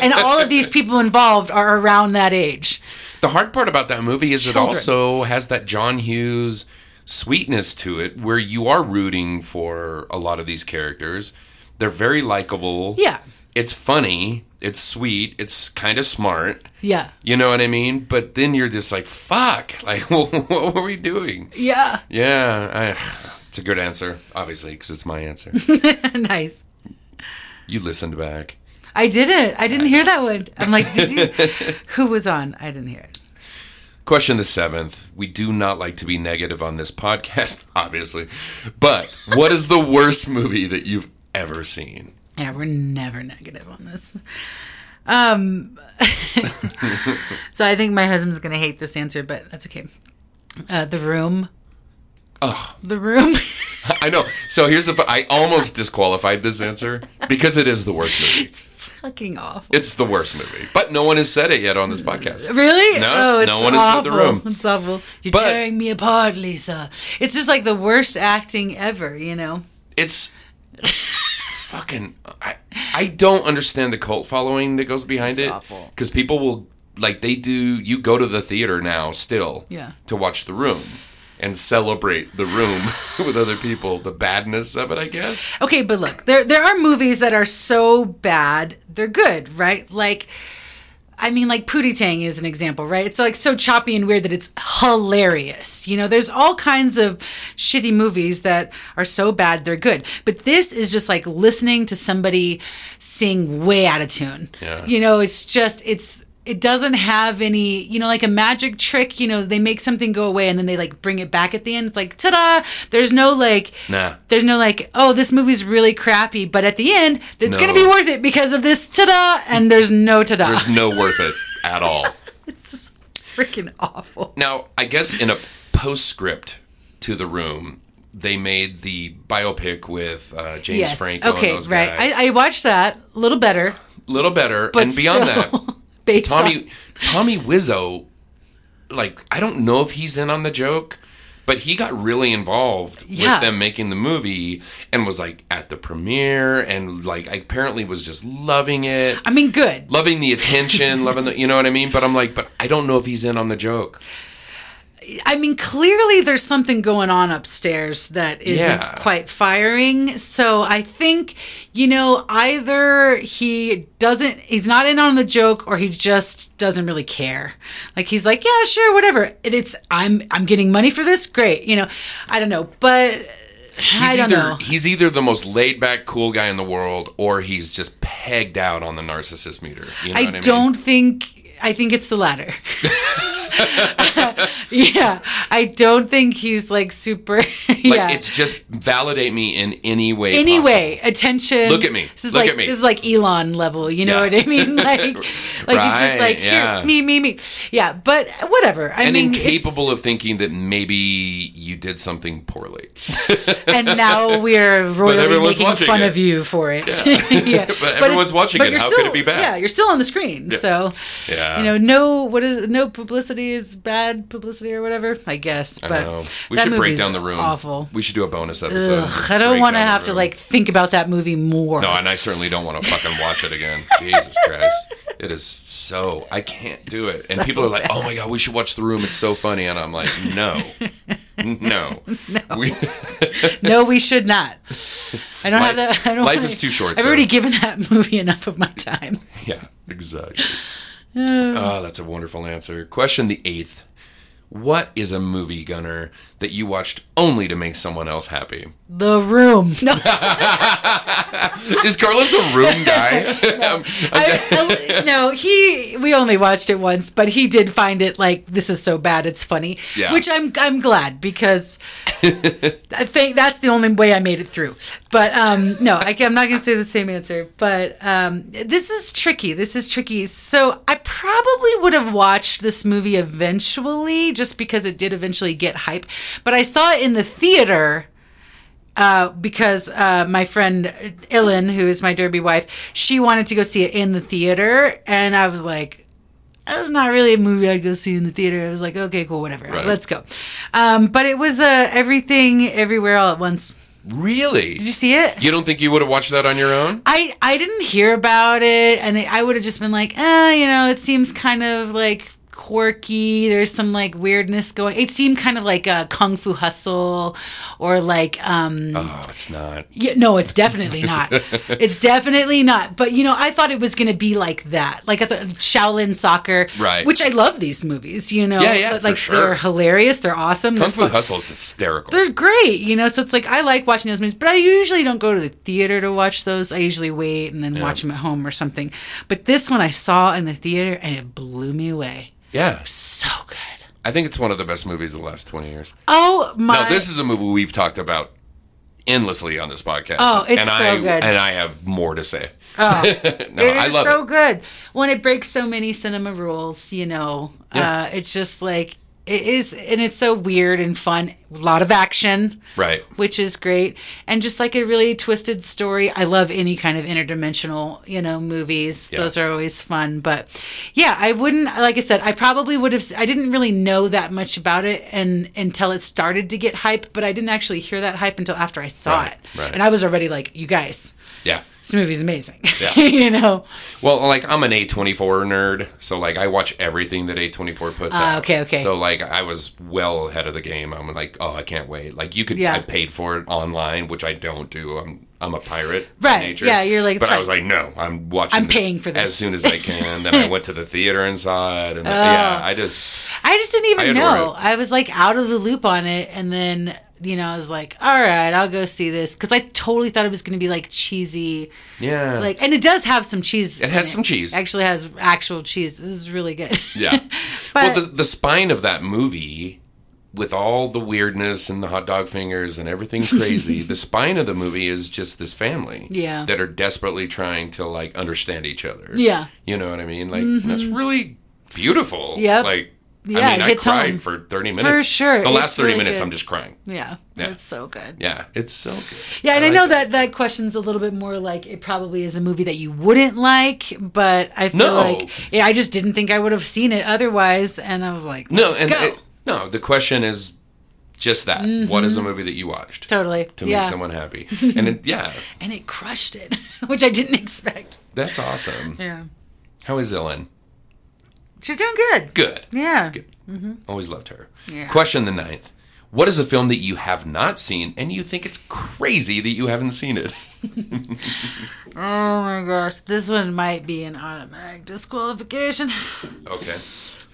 S7: and all of these people involved are around that age.
S6: The hard part about that movie is
S7: Children.
S6: it also has that John Hughes sweetness to it where you are rooting for a lot of these characters. They're very likable.
S7: Yeah.
S6: It's funny, it's sweet, it's kind of smart.
S7: Yeah,
S6: You know what I mean? But then you're just like, fuck, like, what were we doing?
S7: yeah,
S6: Yeah, I, it's a good answer, obviously, because it's my answer.
S7: nice.
S6: you listened back.
S7: I didn't. I didn't hear that one. I'm like, did you? Who was on? I didn't hear it.
S6: Question the seventh. We do not like to be negative on this podcast, obviously. But what is the worst movie that you've ever seen?
S7: Yeah, we're never negative on this. Um, so I think my husband's gonna hate this answer, but that's okay. Uh, the room. Oh, the room.
S6: I know. So here's the. fu- I almost disqualified this answer because it is the worst movie.
S7: it's fucking awful.
S6: It's the worst movie, but no one has said it yet on this podcast.
S7: really?
S6: No,
S7: oh, it's
S6: no one has
S7: awful.
S6: said The Room.
S7: It's awful. You're
S6: But-
S7: tearing me apart, Lisa. It's just like the worst acting ever. You know.
S6: It's fucking. I, I don't understand the cult following that goes behind
S7: It's
S6: it
S7: awful.
S6: because people will like they do. You go to the theater now still,
S7: Yeah.
S6: to watch The Room and celebrate The Room with other people. The badness of it, I guess.
S7: Okay, but look, there there are movies that are so bad they're good, right? Like, I mean, like Pootie Tang is an example, right? It's like so choppy and weird that it's hilarious. You know, there's all kinds of shitty movies that are so bad they're good, but this is just like listening to somebody sing way out of tune.
S6: Yeah.
S7: You know, it's just it's. It doesn't have any, you know, like a magic trick. You know, they make something go away and then they like bring it back at the end. It's like, ta da! There's no like,
S6: Nah.
S7: there's no like, oh, this movie's really crappy, but at the end, it's
S6: No.
S7: gonna be worth it because of this ta-da, and there's no ta-da.
S6: There's no worth it at all.
S7: it's just freaking awful.
S6: Now, I guess in a postscript to the room, they made the biopic with uh, James
S7: yes.
S6: Franco.
S7: okay,
S6: and those
S7: right.
S6: Guys.
S7: I, I watched that a little better,
S6: little better,
S7: but
S6: and beyond
S7: still,
S6: that,
S7: based
S6: Tommy
S7: on-
S6: Tommy Wiseau, like I don't know if he's in on the joke, but he got really involved
S7: Yeah.
S6: with them making the movie and was like at the premiere and like apparently was just loving it.
S7: I mean, good.
S6: Loving the attention, loving the, you know what I mean? But I'm like, but I don't know if he's in on the joke.
S7: I mean, clearly there's something going on upstairs that isn't
S6: Yeah.
S7: quite firing. So I think, you know, either he doesn't, he's not in on the joke, or he just doesn't really care. Like he's like, yeah, sure, whatever. It's I'm I'm getting money for this, great. You know, I don't know, but I
S6: He's
S7: don't
S6: either,
S7: know.
S6: He's either the most laid back, cool guy in the world, or he's just pegged out on the narcissist meter. You know
S7: I,
S6: what I mean?
S7: don't think. I think it's the latter. yeah, I don't think he's like super.
S6: Like
S7: yeah.
S6: it's just validate me in any way.
S7: anyway, attention.
S6: Look at me.
S7: This is
S6: Look
S7: like
S6: at me.
S7: this is like Elon level. You know
S6: Yeah.
S7: what I mean? Like, like it's just
S6: Right,
S7: like here,
S6: yeah.
S7: me, me, me. Yeah, but whatever. I
S6: And
S7: mean, it's-
S6: incapable of thinking that maybe you did something poorly.
S7: and now we're royally
S6: everyone's
S7: making
S6: watching
S7: fun
S6: it.
S7: of you for it. Yeah.
S6: But
S7: it-
S6: everyone's watching it.
S7: you're
S6: How
S7: still,
S6: could it be bad?
S7: Yeah, you're still on the screen. So,
S6: Yeah.
S7: you know, no. What is no publicity is bad publicity. electricity or whatever. I guess, but
S6: I know. We
S7: that
S6: should break
S7: movie's
S6: down the room.
S7: Awful.
S6: We should do a bonus episode.
S7: Ugh, I don't
S6: Break
S7: want to
S6: down the
S7: have to
S6: room.
S7: like think about that movie more.
S6: No, and I certainly don't want to fucking watch it again. Jesus Christ. It is so I can't do it. And people are like, "Oh my god, we should watch The Room. It's so funny." And I'm like, "No." No. We,
S7: no, we should not. I don't have
S6: Life-
S7: that. I don't
S6: life
S7: wanna-
S6: is too short,
S7: I've
S6: sir.
S7: already given that movie enough of my time.
S6: yeah, exactly. Oh, that's a wonderful answer. Question the 8th. What is a movie gunner that you watched only to make someone else happy?
S7: The Room. No,
S6: Is Carlos a room guy? I'm- I'm-
S7: I- I- no, he. We only watched it once, but he did find it like this is so bad it's funny,
S6: Yeah.
S7: which I'm I'm glad because I think that's the only way I made it through. But um, no, I, am not going to say the same answer. But um, this is tricky. This is tricky. So I probably would have watched this movie eventually, just because it did eventually get hype. But I saw it in the theater uh, because uh, my friend Ellen, who is my derby wife, she wanted to go see it in the theater, and I was like, that was not really a movie I'd go see in the theater. I was like, okay, cool, whatever,
S6: Right.
S7: let's go. Um, but it was uh, everything, everywhere, all at once.
S6: really?
S7: Did you see it?
S6: You don't think you would have watched that on your own?
S7: I, I didn't hear about it, and I would have just been like, ah, you know, it seems kind of like quirky. There's some like weirdness going. It seemed kind of like a Kung Fu Hustle, or like um,
S6: Oh, it's not.
S7: yeah, no, it's definitely not. it's definitely not. But you know, I thought it was going to be like that. Like I thought Shaolin Soccer,
S6: Right.
S7: Which I love these movies. You know,
S6: Yeah, yeah,
S7: Like
S6: for sure.
S7: they're hilarious. They're awesome.
S6: Kung
S7: they're
S6: Fu
S7: fun-
S6: Hustle is hysterical.
S7: They're great. You know, so it's like I like watching those movies, but I usually don't go to the theater to watch those. I usually wait and then watch them at home or something. But this one I saw in the theater and it blew me away.
S6: Yeah.
S7: So good.
S6: I think it's one of the best movies of the last 20 years.
S7: Oh my!
S6: Now, this is a movie we've talked about endlessly on this podcast.
S7: Oh, it's
S6: and
S7: so
S6: I,
S7: good.
S6: And I have more to say.
S7: Oh.
S6: no,
S7: It is
S6: I love
S7: so
S6: it.
S7: good. When it breaks so many cinema rules, you know,
S6: Yeah.
S7: uh, it's just like it is, and it's so weird and fun. A lot of action,
S6: Right.
S7: which is great, and just like a really twisted story. I love any kind of interdimensional, you know, movies.
S6: Yeah.
S7: Those are always fun. But yeah, I wouldn't. Like I said, I probably would have. I didn't really know that much about it, and until it started to get hype. But I didn't actually hear that hype until after I saw
S6: Right,
S7: it,
S6: right.
S7: and I was already like, "You guys,
S6: Yeah.
S7: this movie's amazing."
S6: Yeah.
S7: you know.
S6: Well, like I'm an A24 nerd, so like I watch everything that A24 puts
S7: Ah,
S6: out.
S7: okay, okay.
S6: So like I was well ahead of the game. I'm like, oh, I can't wait. Like you could,
S7: Yeah.
S6: I paid for it online, which I don't do. I'm I'm a pirate, by
S7: Right,
S6: Nature.
S7: yeah, you're like, it's
S6: but I
S7: fine.
S6: was like, no, I'm watching.
S7: I'm
S6: this
S7: paying for this. Oh.
S6: as soon as I can. then I went to the theater inside, and yeah, I just
S7: I just didn't
S6: I
S7: even
S6: adore
S7: know.
S6: it.
S7: I was like out of the loop on it, and then you know I was like, all right, I'll go see this because I totally thought it was going to be like cheesy,
S6: yeah,
S7: like, and it does have some cheese.
S6: It
S7: in
S6: has some cheese.
S7: Actually, has actual cheese. This is really good.
S6: Yeah. well,
S7: But-
S6: the, the spine of that movie, with all the weirdness and the hot dog fingers and everything crazy, the spine of the movie is just this family.
S7: Yeah.
S6: That are desperately trying to like understand each other.
S7: Yeah. Mm-hmm.
S6: You know what I mean? Like that's really beautiful.
S7: Yep.
S6: Like
S7: Yeah,
S6: I
S7: it
S6: mean, I
S7: hits
S6: cried
S7: home.
S6: for thirty minutes.
S7: sure.
S6: The last
S7: It's
S6: thirty
S7: really
S6: minutes,
S7: good.
S6: I'm just crying.
S7: yeah,
S6: Yeah.
S7: it's so good.
S6: Yeah, it's so good.
S7: Yeah, and I,
S6: like
S7: know that that question's a little bit more like it probably is a movie that you wouldn't like, but I
S6: No.
S7: feel like yeah, I just didn't think I would have seen it otherwise, and I was like,
S6: No,
S7: let's
S6: and
S7: go.
S6: it- no. The question is just that: What is a movie that you watched
S7: totally
S6: to
S7: yeah,
S6: make someone happy? And it, yeah,
S7: and it crushed it, which I didn't expect.
S6: that's awesome.
S7: Yeah.
S6: How is Ellen?
S7: She's doing good.
S6: Good.
S7: Yeah.
S6: Good. Always loved her.
S7: Yeah.
S6: Question the ninth. What is a film that you have not seen and you think it's crazy that you haven't seen it?
S7: Oh my gosh, this one might be an automatic disqualification.
S6: Okay. This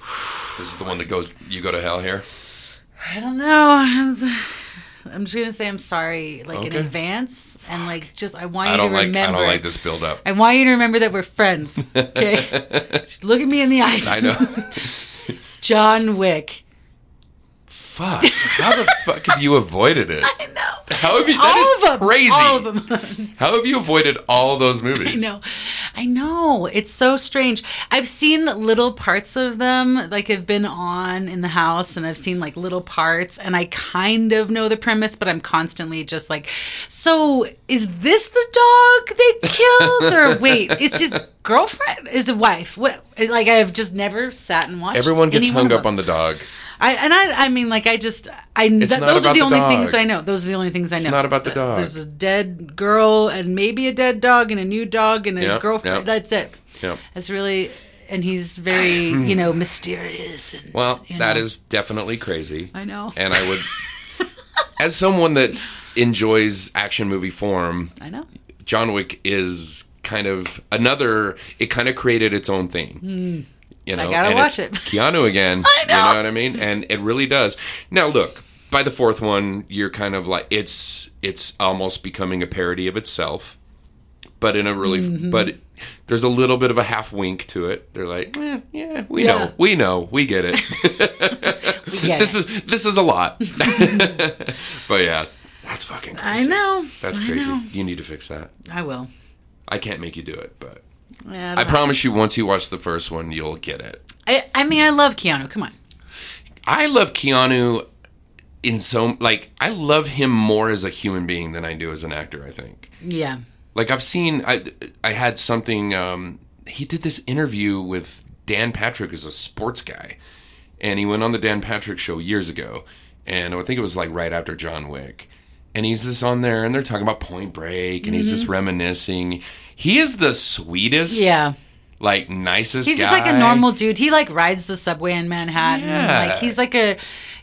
S6: is the one that goes, you go to hell here?
S7: I don't know. I'm just gonna say I'm sorry, like in
S6: Okay.
S7: advance, and like just I want you
S6: I don't
S7: to
S6: like
S7: remember.
S6: I don't like this build up.
S7: I want you to remember that we're friends. Okay, just look at me in the eyes.
S6: I know.
S7: John Wick.
S6: fuck. How the fuck have you avoided it?
S7: I know.
S6: How have you that is
S7: All of them.
S6: crazy.
S7: All of them.
S6: How have you avoided all those movies?
S7: I know. I know. It's so strange. I've seen little parts of them, like I've been on in the house and I've seen like little parts and I kind of know the premise, but I'm constantly just like, so is this the dog they killed? or wait, is his girlfriend? Is a wife? What? Like I've just never sat and watched.
S6: Everyone gets
S7: any one
S6: hung
S7: of
S6: up
S7: them.
S6: on the dog.
S7: I and I I mean like I just I th-
S6: not
S7: those are
S6: about
S7: the
S6: the
S7: only
S6: dog.
S7: things I know. Those are the only things I know.
S6: not about the
S7: Th-
S6: dog.
S7: There's a dead girl and maybe a dead dog and a new dog and a
S6: Yep,
S7: girlfriend.
S6: yep.
S7: That's it.
S6: Yep.
S7: That's really and he's very you know mysterious and
S6: Hmm. Well,
S7: you
S6: that
S7: know.
S6: is definitely crazy.
S7: I know.
S6: And I would, as someone that enjoys action movie form,
S7: I know.
S6: John Wick is kind of another. It kind of created its own thing. You know,
S7: Hmm. gotta
S6: and it's
S7: watch it.
S6: Keanu again.
S7: I know.
S6: You know what I mean? And it really does. Now look, by the fourth one, you're kind of like it's it's almost becoming a parody of itself, but in a really
S7: Mm-hmm.
S6: but there's a little bit of a half wink to it. They're like, eh, yeah, we
S7: Yeah.
S6: know, we know, we get it.
S7: We get
S6: this
S7: it.
S6: is this is a lot. but yeah, that's fucking crazy.
S7: I know.
S6: That's
S7: I
S6: crazy.
S7: know.
S6: You need to fix that.
S7: I will.
S6: I can't make you do it, but
S7: Yeah,
S6: I promise you, once you watch the first one, you'll get it.
S7: I, I mean, I love Keanu. Come on.
S6: I love Keanu in so like I love him more as a human being than I do as an actor. I think
S7: Yeah.
S6: like I've seen I I had something um, he did this interview with Dan Patrick as a sports guy, and he went on the Dan Patrick show years ago, and I think it was like right after John Wick, and he's just on there and they're talking about Point Break and he's just reminiscing. He is the sweetest.
S7: Mm-hmm. Yeah.
S6: like nicest.
S7: He's just like a
S6: guy.
S7: normal dude. He like rides the subway in Manhattan.
S6: Yeah.
S7: Like he's like a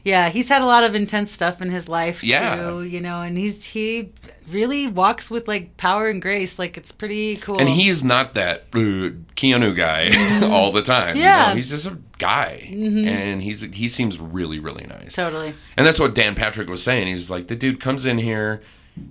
S7: yeah, he's had a lot of intense stuff in his life
S6: Yeah.
S7: too, you know, and he's he really walks with like power and grace. Like it's pretty cool.
S6: And he's not that uh, Keanu guy all the time.
S7: Yeah.
S6: he's just a guy, and he's he seems really really nice.
S7: totally.
S6: And that's what Dan Patrick was saying. He's like, the dude comes in here,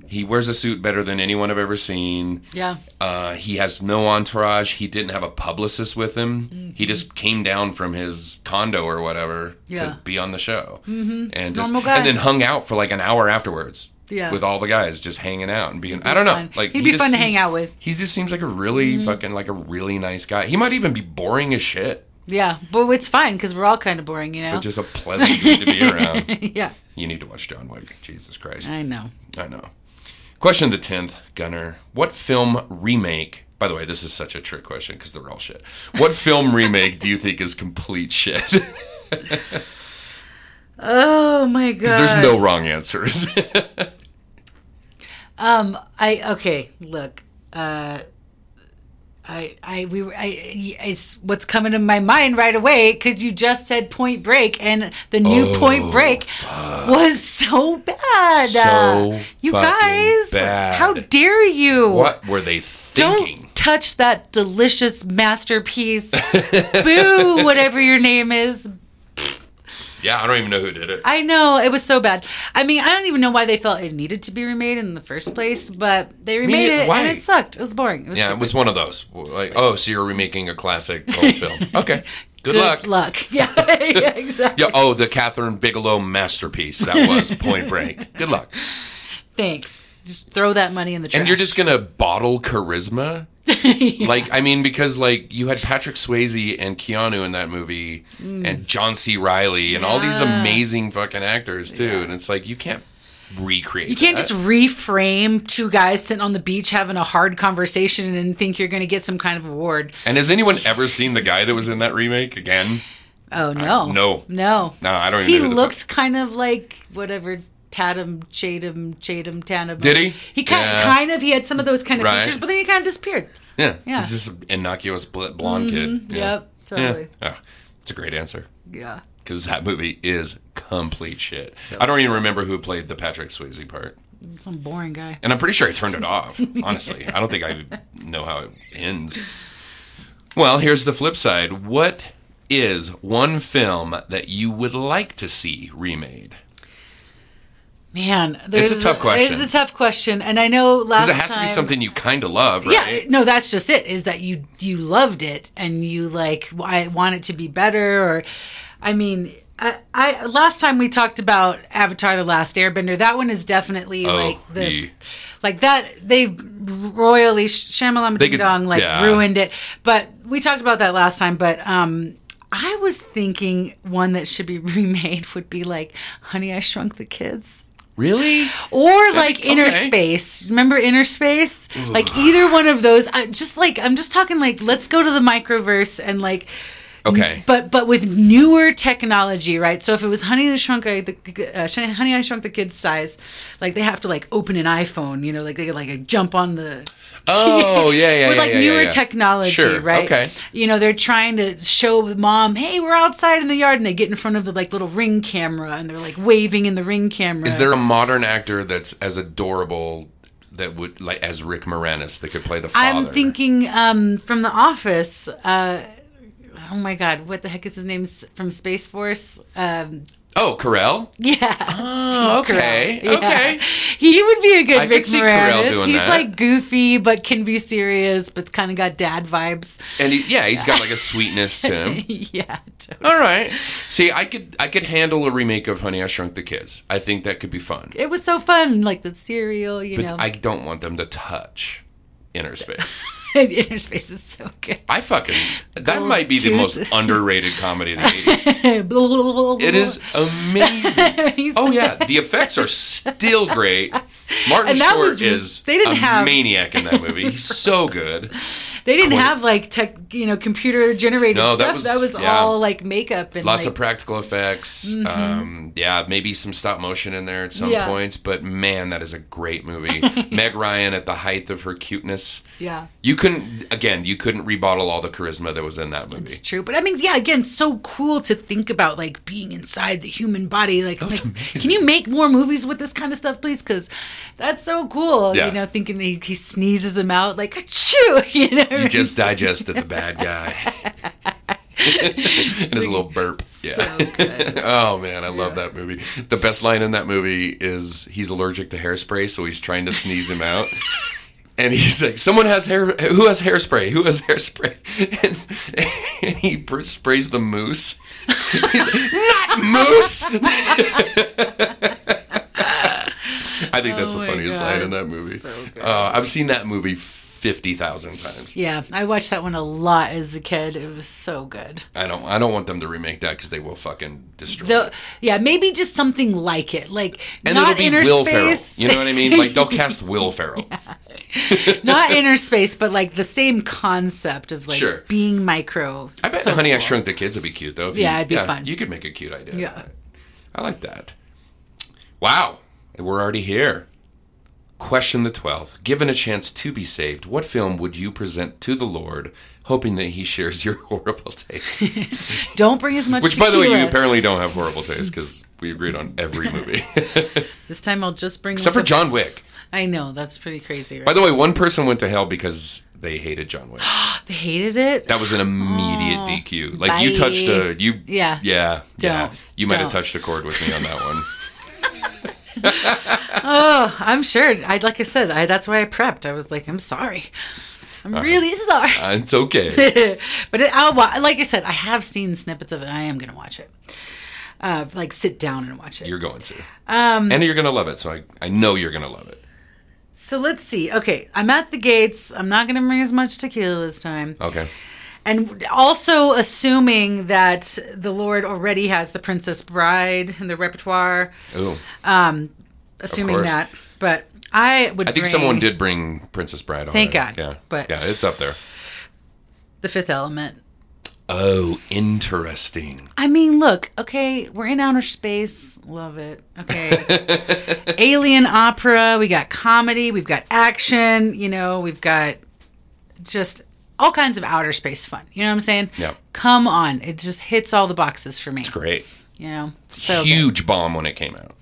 S6: he wears a suit better than anyone I've ever seen.
S7: Yeah.
S6: Uh, he has no entourage. He didn't have a publicist with him.
S7: Mm-hmm.
S6: He just came down from his condo or whatever
S7: Yeah.
S6: to be on the show, mm-hmm. and just,
S7: normal guy.
S6: and then hung out for like an hour afterwards.
S7: Yeah.
S6: with all the guys just hanging out and being. I don't know.
S7: fun.
S6: Like
S7: He'd
S6: he
S7: be
S6: just
S7: fun to hang
S6: seems-
S7: out with. Mm-hmm.
S6: He just seems like a really fucking like a really nice guy. He might even be boring as shit,
S7: Yeah. But it's fine because we're all kind of boring, you know?
S6: but just a pleasant dude to be around.
S7: yeah.
S6: You need to watch John Wick. Jesus Christ.
S7: I know.
S6: I know. Question the 10th, Gunner. What film remake, by the way, this is such a trick question because they're all shit. What film remake do you think is complete shit? Because
S7: Oh my god.
S6: there's no wrong answers.
S7: I okay. Look, uh, I I we were- I it's what's coming to my mind right away because you just said Point Break and the new
S6: Oh,
S7: Point Break was so bad.
S6: So
S7: you
S6: fucking
S7: guys,
S6: bad.
S7: how dare you?
S6: what were they
S7: Don't
S6: thinking?
S7: touch that delicious masterpiece. Boo! Whatever your name is,
S6: Yeah, I don't even know who did it.
S7: I know it was so bad. I mean, I don't even know why they felt it needed to be remade in the first place, but they remade it
S6: why?
S7: and it sucked. It was boring. It was
S6: yeah, it
S7: stupid.
S6: was one of those. Like, oh, so you're remaking a classic old film. Okay. Good, luck.
S7: Good luck. Yeah, yeah, exactly.
S6: Yeah, oh, the Catherine Bigelow masterpiece. That was Point Break. Good luck.
S7: Thanks. Just throw that money in the trash.
S6: And you're just gonna bottle charisma? Like, I mean, because like you had Patrick Swayze and Keanu in that movie,
S7: Mm.
S6: and John C. Riley, and all these amazing fucking actors too. And it's like you can't recreate.
S7: you can't
S6: that.
S7: just reframe two guys sitting on the beach having a hard conversation and think you're going to get some kind of award.
S6: And has anyone ever seen the guy that was in that remake again?
S7: Oh no,
S6: no.
S7: no,
S6: No, I don't even
S7: He
S6: know who the
S7: looked kind of like whatever Tatum, Chatham, Chatham, Tatum.
S6: Did he?
S7: He kind,
S6: Yeah.
S7: kind of. He had some of those kind of
S6: Right.
S7: features, but then he kind of disappeared.
S6: Yeah,
S7: Yeah. Mm-hmm.
S6: he's just an innocuous bl- blonde kid. Yeah.
S7: Yep, totally.
S6: Yeah. Oh, it's a great answer
S7: Yeah.
S6: because that movie is complete shit. I don't even remember who played the Patrick Swayze part.
S7: some boring guy.
S6: And I'm pretty sure I turned it off, honestly. I don't think I know how it ends. Well, here's the flip side. What is one film that you would like to see remade?
S7: Man,
S6: a tough question.
S7: It's a tough question, and I know last
S6: Because it has to be
S7: time-
S6: something you kind of love,
S7: Yeah,
S6: right?
S7: no, that's just it. Is that you you loved it and you like w- I want it to be better or I mean I, I last time we talked about Avatar: The Last Airbender. That one is definitely
S6: Oh,
S7: like the
S6: yeah.
S7: like that they royally Shyamalan
S6: They
S7: Ding
S6: could-
S7: Dong like
S6: yeah.
S7: ruined it. But we talked about that last time. But um, I was thinking one that should be remade would be like Honey, I Shrunk the Kids.
S6: Really?
S7: Or like
S6: okay.
S7: Inner Space. Remember Inner Space? Like either one of those. I, just like I'm just talking like let's go to the microverse and like
S6: Okay.
S7: but but with newer technology, right? So if it was Honey the Shrunk I, the uh, Sh- Honey I Shrunk the Kids size, like they have to like open an iPhone, you know, like they could like jump on the
S6: Oh yeah, yeah,
S7: with
S6: yeah,
S7: like
S6: yeah,
S7: newer
S6: yeah, yeah.
S7: technology,
S6: Sure,
S7: right?
S6: Okay.
S7: You know, they're trying to show mom, "Hey, we're outside in the yard," and they get in front of the like little ring camera and they're like waving in the ring camera.
S6: Is there a modern actor that's as adorable that would like as Rick Moranis that could play the father?
S7: I'm thinking um, from The Office. Uh, oh my God, what the heck is his name s- from Space Force? Um,
S6: Oh, Carell.
S7: yeah.
S6: Oh, okay.
S7: Carell. Yeah.
S6: Okay.
S7: He would be a good
S6: I could
S7: Rick
S6: see Carell
S7: Moranis.
S6: doing
S7: He's
S6: that.
S7: like goofy, but can be serious, but kind of got dad vibes.
S6: And he, yeah, he's got like a sweetness to him.
S7: yeah. totally.
S6: All right. See, I could I could handle a remake of Honey I Shrunk the Kids. I think that could be fun.
S7: It was so fun, like the cereal, you
S6: But
S7: know.
S6: I don't want them to touch inner space.
S7: Interspace is so good.
S6: I fucking that
S7: Cold
S6: might be the
S7: tooth.
S6: most underrated comedy of the 80s. It is amazing.
S7: He's-
S6: Oh yeah, the effects are still great. Martin
S7: And that
S6: Short
S7: was-
S6: is
S7: they didn't
S6: a
S7: have-
S6: maniac in that movie. He's so good.
S7: They didn't
S6: Quite-
S7: have like tech, you know, computer generated
S6: No, that
S7: stuff.
S6: was-
S7: that was
S6: yeah.
S7: all like makeup and
S6: Lots
S7: like, Mm-hmm.
S6: of practical effects. Um, yeah, maybe some stop motion in there at some
S7: Yeah.
S6: points, but man, that is a great movie. Meg Ryan at the height of her cuteness.
S7: yeah.
S6: You couldn't again, you couldn't rebottle all the charisma that was in that movie.
S7: It's true, but I mean, yeah. Again, so cool to think about, like being inside the human body. Like, I'm like, can you make more movies with this kind of stuff, please? Because that's so cool.
S6: Yeah.
S7: You know, thinking that he, he sneezes him out, like, achoo. You know,
S6: You just digested the bad guy. and his little burp. Yeah. oh man, I love that movie. The best line in that movie is he's allergic to hairspray, so he's trying to sneeze him out. And he's like, "Someone has hair. Who has hairspray? Who has hairspray?" And, and he pr- sprays the moose. He's like, Not moose. I think that's
S7: Oh
S6: the
S7: my
S6: funniest
S7: God,
S6: line in that movie.
S7: so good.
S6: Uh, I've seen that movie fifty thousand times.
S7: yeah. I watched that one a lot as a kid. It was so good.
S6: I don't. I don't want them to remake that because they will fucking destroy.
S7: The
S6: it.
S7: yeah, maybe just something like it, like
S6: And
S7: not
S6: it'll be
S7: inner
S6: Will Ferrell.
S7: space.
S6: You know what I mean? Like they'll cast Will Ferrell.
S7: not inner space, but like the same concept of like
S6: Sure.
S7: being micro.
S6: I bet
S7: So
S6: Honey I
S7: cool.
S6: Shrunk the Kids would be cute though. if
S7: Yeah, it'd be fun.
S6: You could make a cute idea.
S7: Yeah.
S6: I like that. Wow, we're already here. Question the twelfth: Given a chance to be saved, what film would you present to the Lord, hoping that He shares your horrible taste?
S7: Don't bring as much.
S6: Which, by the way, you
S7: tequila.
S6: apparently don't have horrible taste because we agreed on every movie
S7: This time I'll just bring.
S6: except for
S7: like a-
S6: John Wick.
S7: I know that's pretty crazy. Right?
S6: By the way, one person went to hell because they hated John Wick.
S7: they hated it.
S6: That was an immediate DQ. Like you
S7: Oh, bye.
S6: touched a you
S7: Yeah.
S6: yeah yeah.
S7: Don't.
S6: You might have
S7: Don't.
S6: touched a chord with me on that one.
S7: I'm sure. I like I said. I, that's why I prepped. I was like, I'm sorry.
S6: Uh-huh.
S7: I'm really sorry.
S6: Uh, it's okay.
S7: but it, I'll wa- like I said, I have seen snippets of it. and I am gonna watch it. Uh, like sit down and watch it.
S6: You're going to. Um, and you're gonna love it. So I, I know you're gonna love it.
S7: so let's see. Okay, I'm at the gates. I'm not gonna bring as much tequila this time.
S6: Okay.
S7: And also assuming that the Lord already has the Princess Bride in the repertoire,
S6: Ooh.
S7: assuming
S6: course.
S7: that. But I would.
S6: I think
S7: bring
S6: someone did bring Princess Bride.
S7: Thank
S6: already.
S7: God,
S6: Yeah.
S7: but-
S6: yeah, it's up there.
S7: the Fifth Element.
S6: Oh, interesting.
S7: I mean, look, okay, we're in outer space. Love it. Okay. Alien opera, we got comedy, we've got action, you know, we've got just all kinds of outer space fun. You know what I'm saying?
S6: Yep.
S7: Come on. It just hits all the boxes for me.
S6: Great.
S7: You know? So good.
S6: Huge bomb when it came out.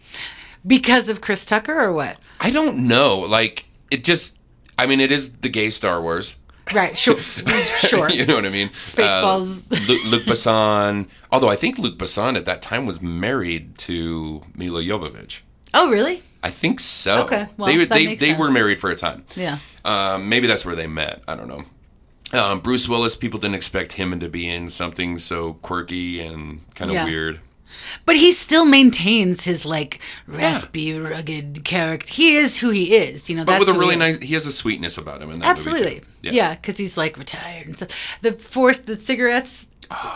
S7: because of Chris Tucker or what?
S6: I don't know. Like it just. I mean, it is the gay Star Wars.
S7: Right, sure. sure.
S6: you know what I mean?
S7: Spaceballs.
S6: Uh, Lu- Luke Besson. Although I think Luke Besson at that time was married to Mila Jovovich.
S7: Oh, really?
S6: I think so.
S7: Okay, well,
S6: they
S7: that
S6: they
S7: makes
S6: they were
S7: sense.
S6: married for a time.
S7: Yeah.
S6: Um, maybe that's where they met. I don't know. Um, Bruce Willis. People didn't expect him to be in something so quirky and kind of
S7: Yeah.
S6: weird.
S7: But he still maintains his like raspy, rugged character. He is who he is. You know,
S6: But
S7: that's
S6: with a
S7: who he
S6: really
S7: is.
S6: nice, he has a sweetness about him in that movie.
S7: Absolutely.
S6: too. Yeah.
S7: Yeah, because he's like retired and stuff. The forced the cigarettes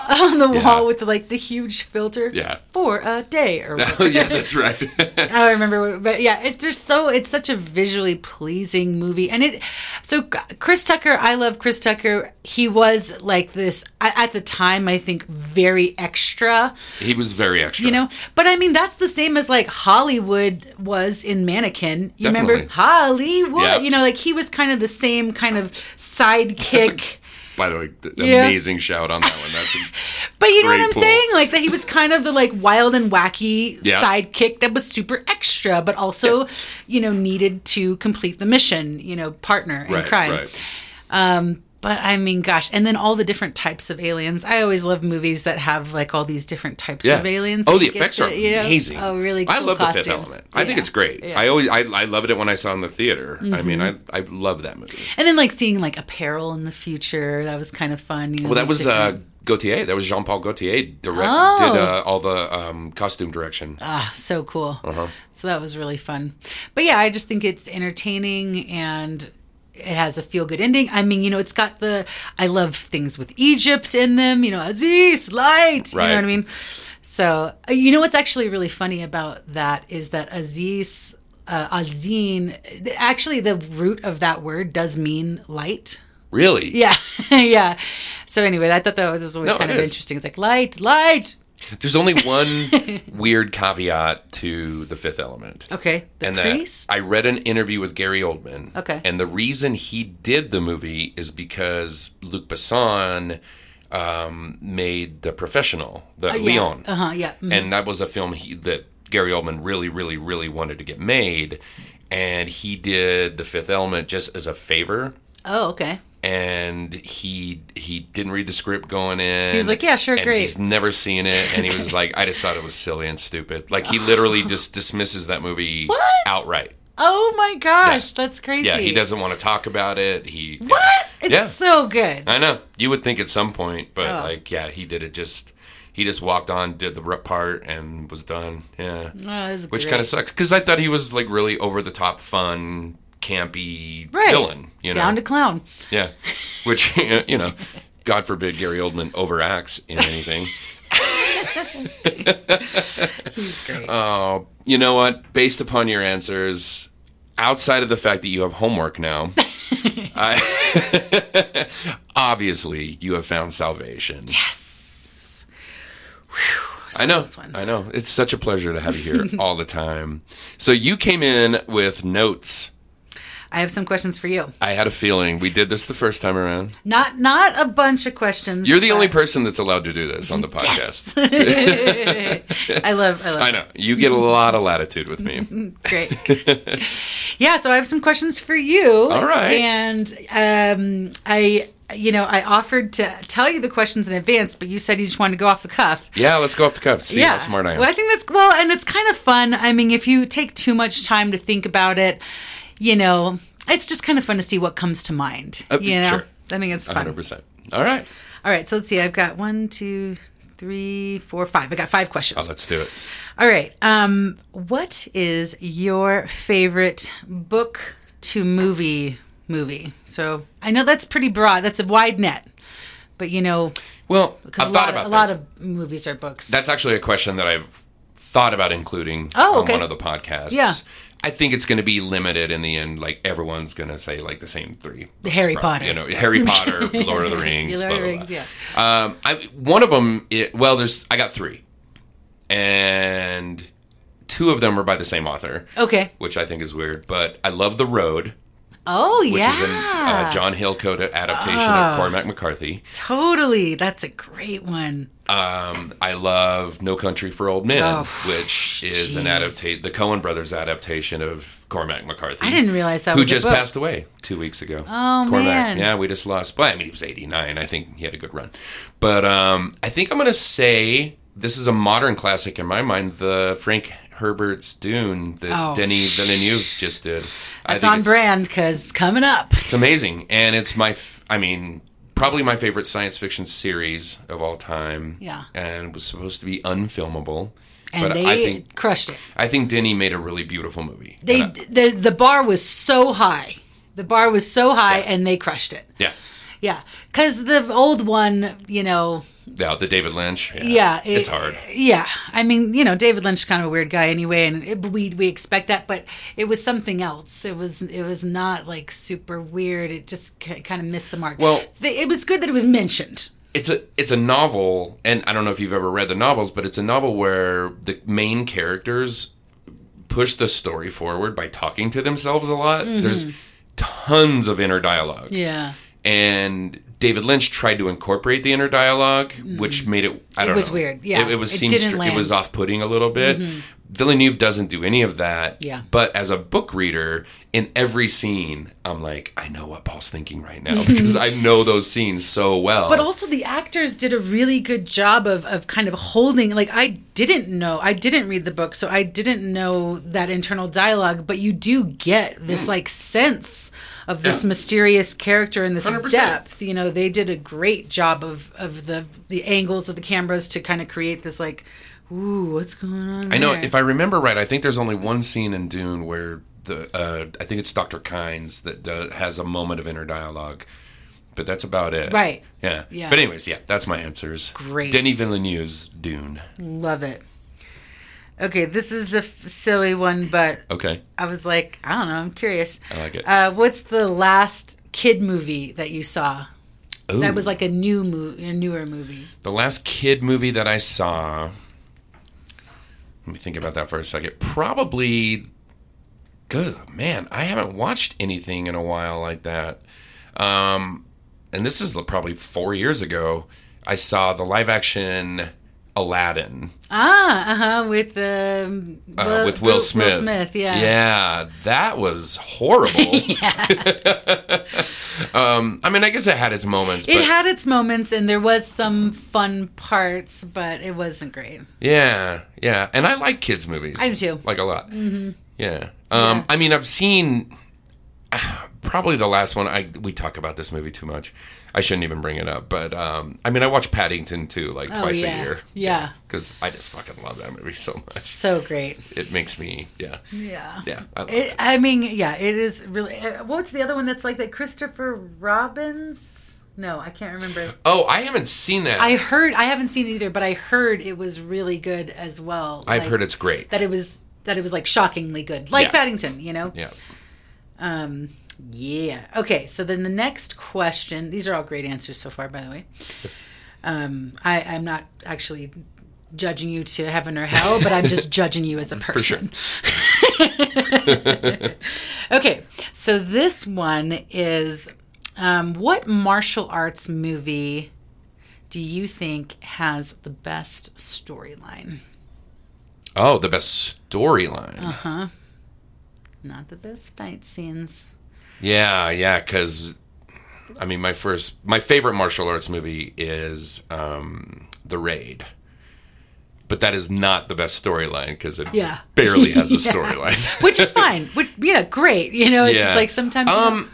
S7: on the wall with like the huge filter.
S6: Ah, Yeah.
S7: For a day or whatever.
S6: Oh, yeah, that's right.
S7: I don't remember, what, but yeah, it's just so it's such a visually pleasing movie, and it. So Chris Tucker, I love Chris Tucker. He was like this a- at the time. I think very extra,
S6: he was very extra.
S7: you know. But I mean, that's the same as like Hollywood was in Mannequin. You remember
S6: Definitely.
S7: Hollywood?
S6: Yeah.
S7: You know, like he was kind of the same kind of sidekick.
S6: By the way, th-
S7: Yeah.
S6: amazing shout on that one. That's a,
S7: But you know what
S6: Great
S7: I'm
S6: pull.
S7: saying? Like that he was kind of the like wild and wacky
S6: Yeah.
S7: sidekick that was super extra, but also, you know, needed to complete the mission, you know, partner in
S6: right,
S7: crime.
S6: right.
S7: Um, but I mean, gosh, and then all the different types of aliens. I always love movies that have like all these different types
S6: Yeah.
S7: of aliens.
S6: Oh, the
S7: You get
S6: effects
S7: to-
S6: are
S7: you know-
S6: amazing.
S7: Oh, really? Cool
S6: I love
S7: costumes.
S6: the Fifth Element. I think
S7: Yeah.
S6: it's great.
S7: Yeah. Mm-hmm.
S6: I always I, I loved it when I saw it in the theater. I mean, I I love that movie.
S7: and then like seeing like apparel in the future. That was kind of fun. you know,
S6: Well, that
S7: these
S6: was
S7: different-
S6: uh, Gautier. That was Jean Paul Gautier direct
S7: Oh.
S6: did uh, all the um, costume direction.
S7: Ah, so cool.
S6: Uh-huh.
S7: So that was really fun. But yeah, I just think it's entertaining and it has a feel good ending. I mean, you know, it's got the I love things with Egypt in them, you know, Aziz, light, you know
S6: Right.
S7: what I mean? So, uh, you know what's actually really funny about that is that Aziz uh, Azin, actually, the root of that word does mean light.
S6: really?
S7: Yeah, yeah. So anyway, I thought that was always
S6: No,
S7: kind
S6: it
S7: of
S6: is.
S7: interesting. It's like light, light.
S6: There's only one weird caveat to the Fifth Element.
S7: Okay, the
S6: and that
S7: priest.
S6: I read an interview with Gary Oldman.
S7: Okay.
S6: And the reason he did the movie is because Luc Besson um, made The Professional, the Leon.
S7: Uh huh. Yeah. mhm.
S6: and that was a film he, that Gary Oldman really, really, really wanted to get made, and he did The Fifth Element just as a favor,
S7: Oh, okay.
S6: and he he didn't read the script going in.
S7: He was like, "Yeah, sure,
S6: and
S7: great."
S6: He's never seen it, and he was like, "I just thought it was silly and stupid." Like he literally just dismisses that movie
S7: What?
S6: outright.
S7: Oh my gosh, that's crazy.
S6: Yeah, he doesn't want to talk about it. He
S7: What? It's
S6: Yeah.
S7: so good.
S6: I know. You would think at some point, but
S7: Oh.
S6: like, yeah, he did it just. He just walked on, did the rep part, and was done. Yeah.
S7: Oh, this is
S6: which
S7: great.
S6: kind of sucks because I thought he was like really over the top, fun, campy
S7: Right.
S6: villain. You know,
S7: down to clown.
S6: yeah, which you know, God forbid Gary Oldman overacts in anything.
S7: He's great.
S6: Uh, you know what? Based upon your answers, outside of the fact that you have homework now. I- obviously, you have found salvation. Yes. I know.
S7: close one.
S6: I know. It's such a pleasure to have you here all the time. So you came in with notes.
S7: I have some questions for you.
S6: I had a feeling we did this the first time around.
S7: Not not a bunch of questions.
S6: You're the
S7: but-
S6: only person that's allowed to do this on the podcast.
S7: I love I love
S6: I know. You get a lot of latitude with me.
S7: great. yeah, so I have some questions for you.
S6: All right.
S7: And um I you know, I offered to tell you the questions in advance, but you said you just wanted to go off the cuff.
S6: Yeah, let's go off the cuff. See how smart I am.
S7: Well, I think that's well, and it's kind of fun. I mean, if you take too much time to think about it, you know, it's just kind of fun to see what comes to mind.
S6: Uh,
S7: you know,
S6: sure.
S7: I think it's fun.
S6: 100%. All right.
S7: All right, so let's see. I've got one, two, three, four, five. I got five
S6: Oh,
S7: questions.
S6: let's do it.
S7: All right. Um, what is your favorite book to movie movie? So I know that's pretty broad. That's a wide net, but you know,
S6: Well, I've
S7: a
S6: thought
S7: lot,
S6: about
S7: a lot
S6: this.
S7: of movies are books.
S6: That's actually a question that I've thought about including
S7: Oh,
S6: on
S7: okay.
S6: one of the podcasts.
S7: Yeah.
S6: I think it's going to be limited in the end. Like everyone's going to say like the same three. books,
S7: Harry
S6: prob-
S7: Potter.
S6: You know, Harry Potter, Lord of the Rings.
S7: Lord
S6: blah,
S7: of the
S6: blah, blah.
S7: Rings, yeah.
S6: Um, I one of them. It, well, there's I got three, and two of them are by the same author,
S7: Okay.
S6: which I think is weird. But I love The Road,
S7: Oh
S6: which
S7: yeah. Oh.
S6: is a uh, John Hillcoat adaptation of Cormac McCarthy.
S7: Totally. That's a great one.
S6: Um, I love No Country for Old Men,
S7: Oh,
S6: which is an
S7: jeez.
S6: adaptation, the Coen Brothers adaptation of Cormac McCarthy.
S7: I didn't realize that
S6: who
S7: was a
S6: just
S7: book.
S6: passed away two weeks ago.
S7: Oh, man.
S6: Yeah, we just lost. But I mean, he was eighty nine. I think he had a good run. But um, I think I'm gonna say this is a modern classic in my mind. The Frank Herbert's Dune that
S7: Oh.
S6: Denny Villeneuve just did. I
S7: That's
S6: think
S7: on brand because coming up.
S6: It's amazing, and it's my. F- I mean. Probably my favorite science fiction series of all time.
S7: Yeah.
S6: And was supposed to be unfilmable.
S7: And
S6: but
S7: they
S6: I think
S7: crushed it.
S6: I think Denny made a really beautiful movie.
S7: They
S6: And I-
S7: the the bar was so high. The bar was so high and they crushed it.
S6: Yeah.
S7: Yeah. Because the old one, you know,
S6: Yeah, the David Lynch.
S7: yeah. it-
S6: it's hard.
S7: Yeah. I mean, you know, David Lynch is kind of a weird guy anyway, and it, we, we expect that, but it was something else. It was it was not like super weird. It just ki- kind of missed the mark.
S6: Well-
S7: They- it was good that it was mentioned.
S6: it's a it's a novel, and I don't know if you've ever read the novels, but it's a novel where the main characters push the story forward by talking to themselves a lot.
S7: Mm-hmm.
S6: There's tons of inner dialogue,
S7: Yeah.
S6: and David Lynch tried to incorporate the inner dialogue, which made it I don't know.
S7: Mm. was weird, yeah.
S6: it, it was
S7: It
S6: seemed
S7: didn't
S6: str- it
S7: land. Mm-hmm.
S6: was off putting a little bit. Villeneuve doesn't do any of that.
S7: Yeah.
S6: But as a book reader, in every scene, I'm like, I know what Paul's thinking right now because I know those scenes so well.
S7: But also the actors did a really good job of, of kind of holding like I didn't know I didn't read the book so I didn't know that internal dialogue but you do get this like sense of this
S6: Yeah.
S7: mysterious character and this
S6: 100%.
S7: depth you know they did a great job of of the the angles of the cameras to kind of create this like ooh what's going on
S6: I know.
S7: there?
S6: If I remember right, I think there's only one scene in Dune where the uh, I think it's Doctor Kynes that uh, has a moment of inner dialogue, but that's about it.
S7: Right.
S6: Yeah.
S7: Yeah.
S6: But anyways, yeah, that's my answers.
S7: Great.
S6: Denis Villeneuve's Dune.
S7: love it okay this is a f- silly one but
S6: Okay.
S7: I was like, I don't know. I'm curious.
S6: I like it.
S7: Uh, what's the last kid movie that you saw
S6: Ooh.
S7: that was like a new movie, a newer movie?
S6: the last kid movie that I saw. Let me think about that for a second. Probably. Good man, I haven't watched anything in a while like that. Um, and this is probably four years ago. I saw the live action Aladdin.
S7: Ah, uh huh, with um,
S6: uh, with Will Smith.
S7: Will Smith, yeah.
S6: Yeah, that was horrible. um, I mean, I guess it had its moments,
S7: It
S6: but
S7: had its moments, and there was some fun parts, but it wasn't great.
S6: yeah, yeah. And I like kids' movies.
S7: I do too.
S6: Like a lot. Mm-hmm. Yeah. Um, I mean, I've seen probably the last one. I we talk about this movie too much. I shouldn't even bring it up, but um, I mean, I watch Paddington too, like twice
S7: Oh, yeah.
S6: a year.
S7: Yeah.
S6: Because I just fucking love that movie so much.
S7: So great.
S6: It makes me, yeah,
S7: Yeah.
S6: yeah. I love
S7: It, I mean, yeah, it is really. Uh, what's the other one that's like that? Christopher Robbins? No, I can't remember.
S6: Oh, I haven't seen that.
S7: I heard, I haven't seen it either, but I heard it was really good as well.
S6: I've
S7: Like,
S6: heard it's great.
S7: that it was that it was like shockingly good, like
S6: Yeah.
S7: Paddington, you know.
S6: yeah.
S7: Um, yeah. Okay. So then the next question. These are all great answers so far, by the way. Um, I, I'm not actually judging you to heaven or hell, but I'm just judging you as a
S6: sure.
S7: person. okay. So this one is, um, what martial arts movie? Do you think has the best storyline?
S6: Oh, the best storyline.
S7: Not the best fight scenes.
S6: Yeah, yeah, because I mean, my first, my favorite martial arts movie is um, The Raid, but that is not the best storyline because it
S7: Yeah.
S6: barely has a storyline.
S7: which is fine. Which yeah, great. You know, it's
S6: Yeah.
S7: like sometimes
S6: Um,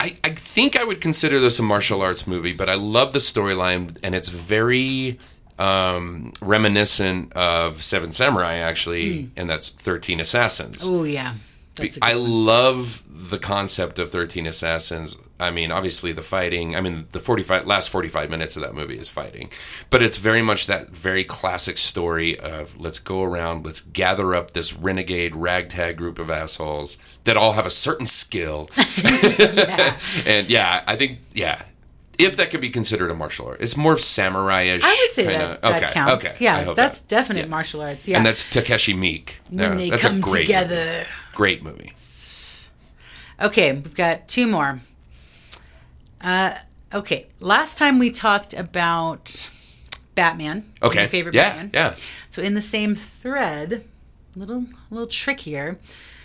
S6: I, I think I would consider this a martial arts movie, but I love the storyline and it's very um, reminiscent of Seven Samurai,
S7: Hmm.
S6: actually, and that's 13 Assassins.
S7: oh yeah, that's a
S6: I
S7: good-
S6: love the concept of 13 Assassins. I mean, obviously the fighting, I mean, the 45 last 45 minutes of that movie is fighting, but it's very much that very classic story of let's go around, let's gather up this renegade ragtag group of assholes that all have a certain skill. and yeah, I think yeah, if that could be considered a martial art. It's more samurai-ish.
S7: I would say
S6: kinda-
S7: that, that counts.
S6: I
S7: Yeah,
S6: hope
S7: that's
S6: that.
S7: definite
S6: Yeah.
S7: martial arts. Yeah,
S6: And that's Takeshi Miike. Yeah,
S7: when they
S6: that's
S7: come
S6: a great movie.
S7: together.
S6: Great movie.
S7: Okay, we've got two more. Uh, okay, last time we talked about Batman.
S6: Okay.
S7: your favorite
S6: yeah,
S7: Batman.
S6: Yeah.
S7: So in the same thread, little little trickier.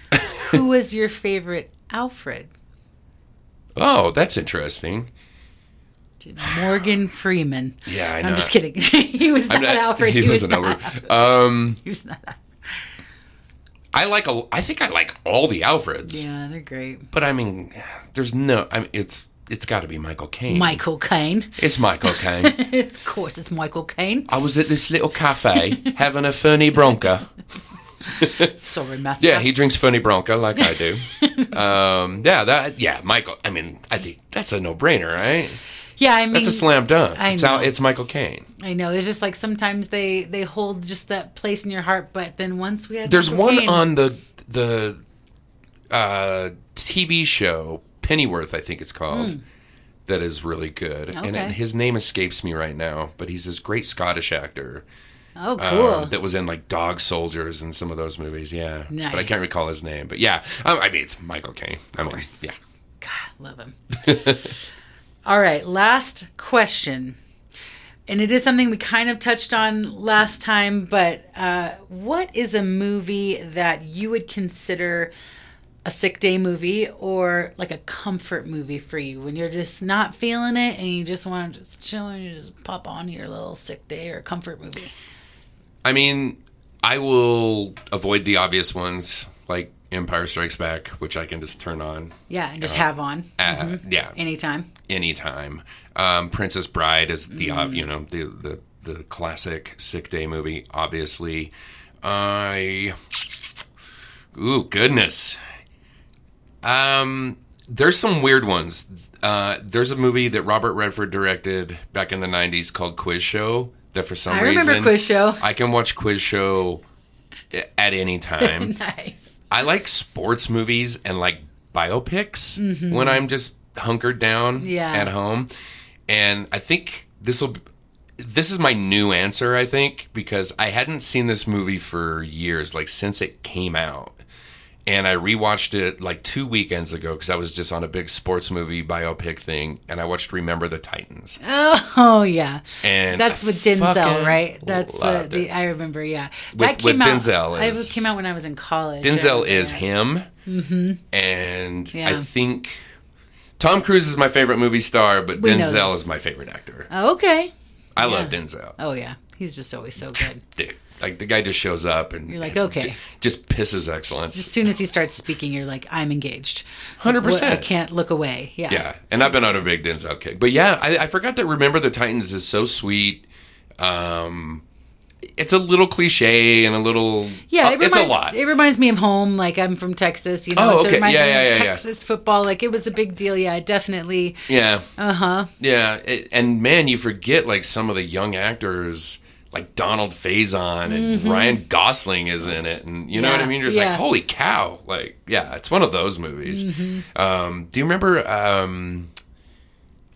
S7: Who was your favorite Alfred?
S6: Oh, that's interesting.
S7: Morgan Freeman.
S6: Yeah, I know.
S7: No, I'm just kidding. he was not,
S6: I'm not-
S7: Alfred.
S6: He, was an
S7: not-
S6: Alfred. Um,
S7: He was not.
S6: I like a. I think I like all the Alfreds.
S7: Yeah, they're great.
S6: But I mean, there's no. I mean, it's it's got to be Michael Caine.
S7: Michael Caine.
S6: It's Michael Caine.
S7: of course, it's Michael Caine.
S6: I was at this little cafe having a Fernie Bronca.
S7: Sorry, master.
S6: Yeah, he drinks Funny Bronca like I do. um, yeah, that yeah, Michael. I mean, I think that's a no-brainer, right?
S7: Yeah, I mean,
S6: That's a slam dunk.
S7: I
S6: it's
S7: know.
S6: out, it's Michael Caine.
S7: I know. It's just like sometimes they they hold just that place in your heart, but then once we had
S6: There's one
S7: cocaine-
S6: on the the uh, TV show Pennyworth, I think it's called, that is really good. And
S7: Hmm. Okay.
S6: it, his name escapes me right now, but he's this great Scottish actor
S7: Oh,
S6: um,
S7: cool.
S6: that was in like Dog Soldiers and some of those movies. Yeah, but I
S7: Nice.
S6: can't recall his name. But yeah, um, I, I mean it's Michael Caine. I mean, yeah.
S7: Love him. All right, last question. And it is something we kind of touched on last time, but uh, what is a movie that you would consider a sick day movie or like a comfort movie for you when you're just not feeling it and you just want to just chill and you just pop on your little sick day or comfort movie?
S6: I mean, I will avoid the obvious ones like Empire Strikes Back, which I can just turn on.
S7: Yeah, and just have on
S6: Uh,
S7: Mm-hmm.
S6: Yeah,
S7: anytime.
S6: anytime. Um, Princess Bride is the
S7: Mm.
S6: ob you know the, the the classic sick day movie. Obviously, I ooh goodness. Um, there's some weird ones. Uh, there's a movie that Robert Redford directed back in the '90s called Quiz Show. That for some
S7: I
S6: reason
S7: remember Quiz Show.
S6: I can watch Quiz Show at any time.
S7: Nice.
S6: I like sports movies and like biopics when I'm just hunkered down
S7: Mm-hmm. Yeah.
S6: at home. And I think this will this is my new answer I think because I hadn't seen this movie for years like since it came out. And I rewatched it like 2 weekends ago cuz I was just on a big sports movie biopic thing and I watched Remember the Titans.
S7: Oh, yeah.
S6: And
S7: That's
S6: I
S7: with Denzel,
S6: fucking
S7: right? That's the,
S6: loved
S7: the
S6: it.
S7: I remember, yeah.
S6: With- with Denzel
S7: Out,
S6: is-
S7: I came out when I was in college.
S6: Denzel
S7: yeah.
S6: is him, and I
S7: Mm-hmm. Yeah.
S6: think Tom Cruise is my favorite movie star, but
S7: We know
S6: Denzel
S7: this.
S6: is my favorite actor.
S7: Oh, okay.
S6: I love Denzel.
S7: Oh yeah, he's just always so good.
S6: Dude, like the guy just shows up and
S7: You're like, okay.
S6: j- just pisses excellence.
S7: As soon as he starts speaking, you're like, I'm engaged.
S6: Hundred
S7: Well, I
S6: percent.
S7: can't look away. Yeah.
S6: Yeah, and I've been on a big Denzel kick, but yeah, I, I forgot that. Remember the Titans is so sweet. Um, it's a little cliche and a little
S7: Yeah,
S6: uh,
S7: it
S6: it's
S7: reminds,
S6: a lot.
S7: it reminds me of home. Like I'm from Texas, you know.
S6: Oh,
S7: it's-
S6: okay.
S7: It reminds
S6: Yeah,
S7: me
S6: yeah,
S7: of
S6: yeah, yeah.
S7: Texas football. Like it was a big deal. Yeah, it definitely.
S6: Yeah. Uh huh.
S7: Uh-huh.
S6: Yeah, it, and man, you forget like some of the young actors, like Donald Faison and Ryan Gosling is in it, and you know what I
S7: Mm-hmm. Yeah,
S6: mean. You're just
S7: yeah.
S6: like, holy cow! Like, yeah, it's one of those movies.
S7: Mm-hmm.
S6: Um, do you remember um,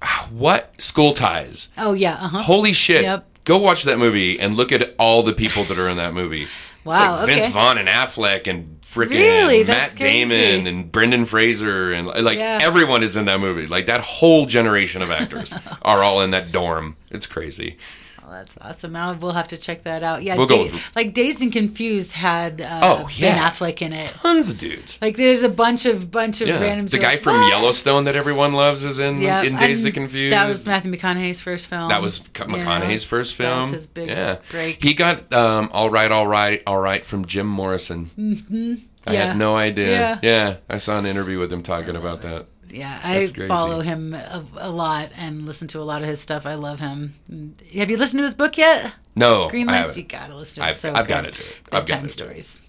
S6: ah, what School Ties?
S7: Oh yeah. Uh huh.
S6: Holy shit!
S7: Yep.
S6: Go watch that movie and look at all the people that are in that movie.
S7: Wow,
S6: It's like Vince
S7: okay.
S6: Vaughn and Affleck and freaking
S7: Really? That's
S6: Matt Damon
S7: crazy.
S6: and Brendan Fraser and like
S7: Yeah.
S6: everyone is in that movie. Like that whole generation of actors are all in that dorm. It's crazy.
S7: That's awesome. Now we'll have to check that out. Yeah.
S6: We'll go
S7: Da-
S6: with-
S7: like Dazed and Confused had uh,
S6: Oh,
S7: Ben
S6: yeah.
S7: Affleck in it.
S6: Tons of dudes.
S7: Like there's a bunch of bunch of
S6: Yeah.
S7: random.
S6: the guy from Yellowstone that everyone loves is in
S7: Yeah,
S6: in Days
S7: and
S6: the Confused.
S7: That was Matthew McConaughey's first film.
S6: That was C-
S7: You know,
S6: McConaughey's first
S7: Um, that was
S6: film.
S7: his big
S6: yeah.
S7: break.
S6: He got um, All Right, All Right, All Right from Jim Morrison. Mm-hmm. I
S7: Yeah.
S6: had no idea.
S7: Yeah.
S6: Yeah. I saw an interview with him talking about that.
S7: yeah, I
S6: crazy.
S7: follow him a, a lot and listen to a lot of his stuff. I love him. Have you listened to his book yet?
S6: No.
S7: Green
S6: I
S7: Lights.
S6: haven't.
S7: You gotta listen to it.
S6: I've-
S7: It's so
S6: I've
S7: good.
S6: gotta do it. I've
S7: Bedtime
S6: gotta do it.
S7: stories.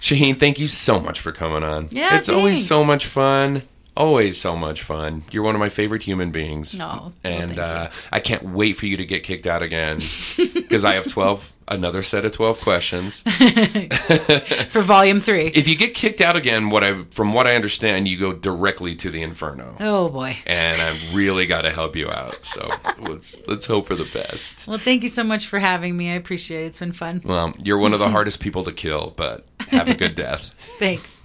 S6: Shaheen, thank you so much for coming on.
S7: Yeah,
S6: It's always
S7: thanks.
S6: so much fun. Always so much fun. You're one of my favorite human beings.
S7: No, well,
S6: And
S7: thank you.
S6: uh, I can't wait for you to get kicked out again because I have 12, another set of 12 questions.
S7: for volume three.
S6: If you get kicked out again, what I from what I understand, you go directly to the inferno.
S7: oh boy.
S6: and I really got to help you out. So let's let's hope for the best.
S7: Well, thank you so much for having me. I appreciate it. It's been fun.
S6: Well, you're one of the hardest people to kill, but have a good death.
S7: Thanks.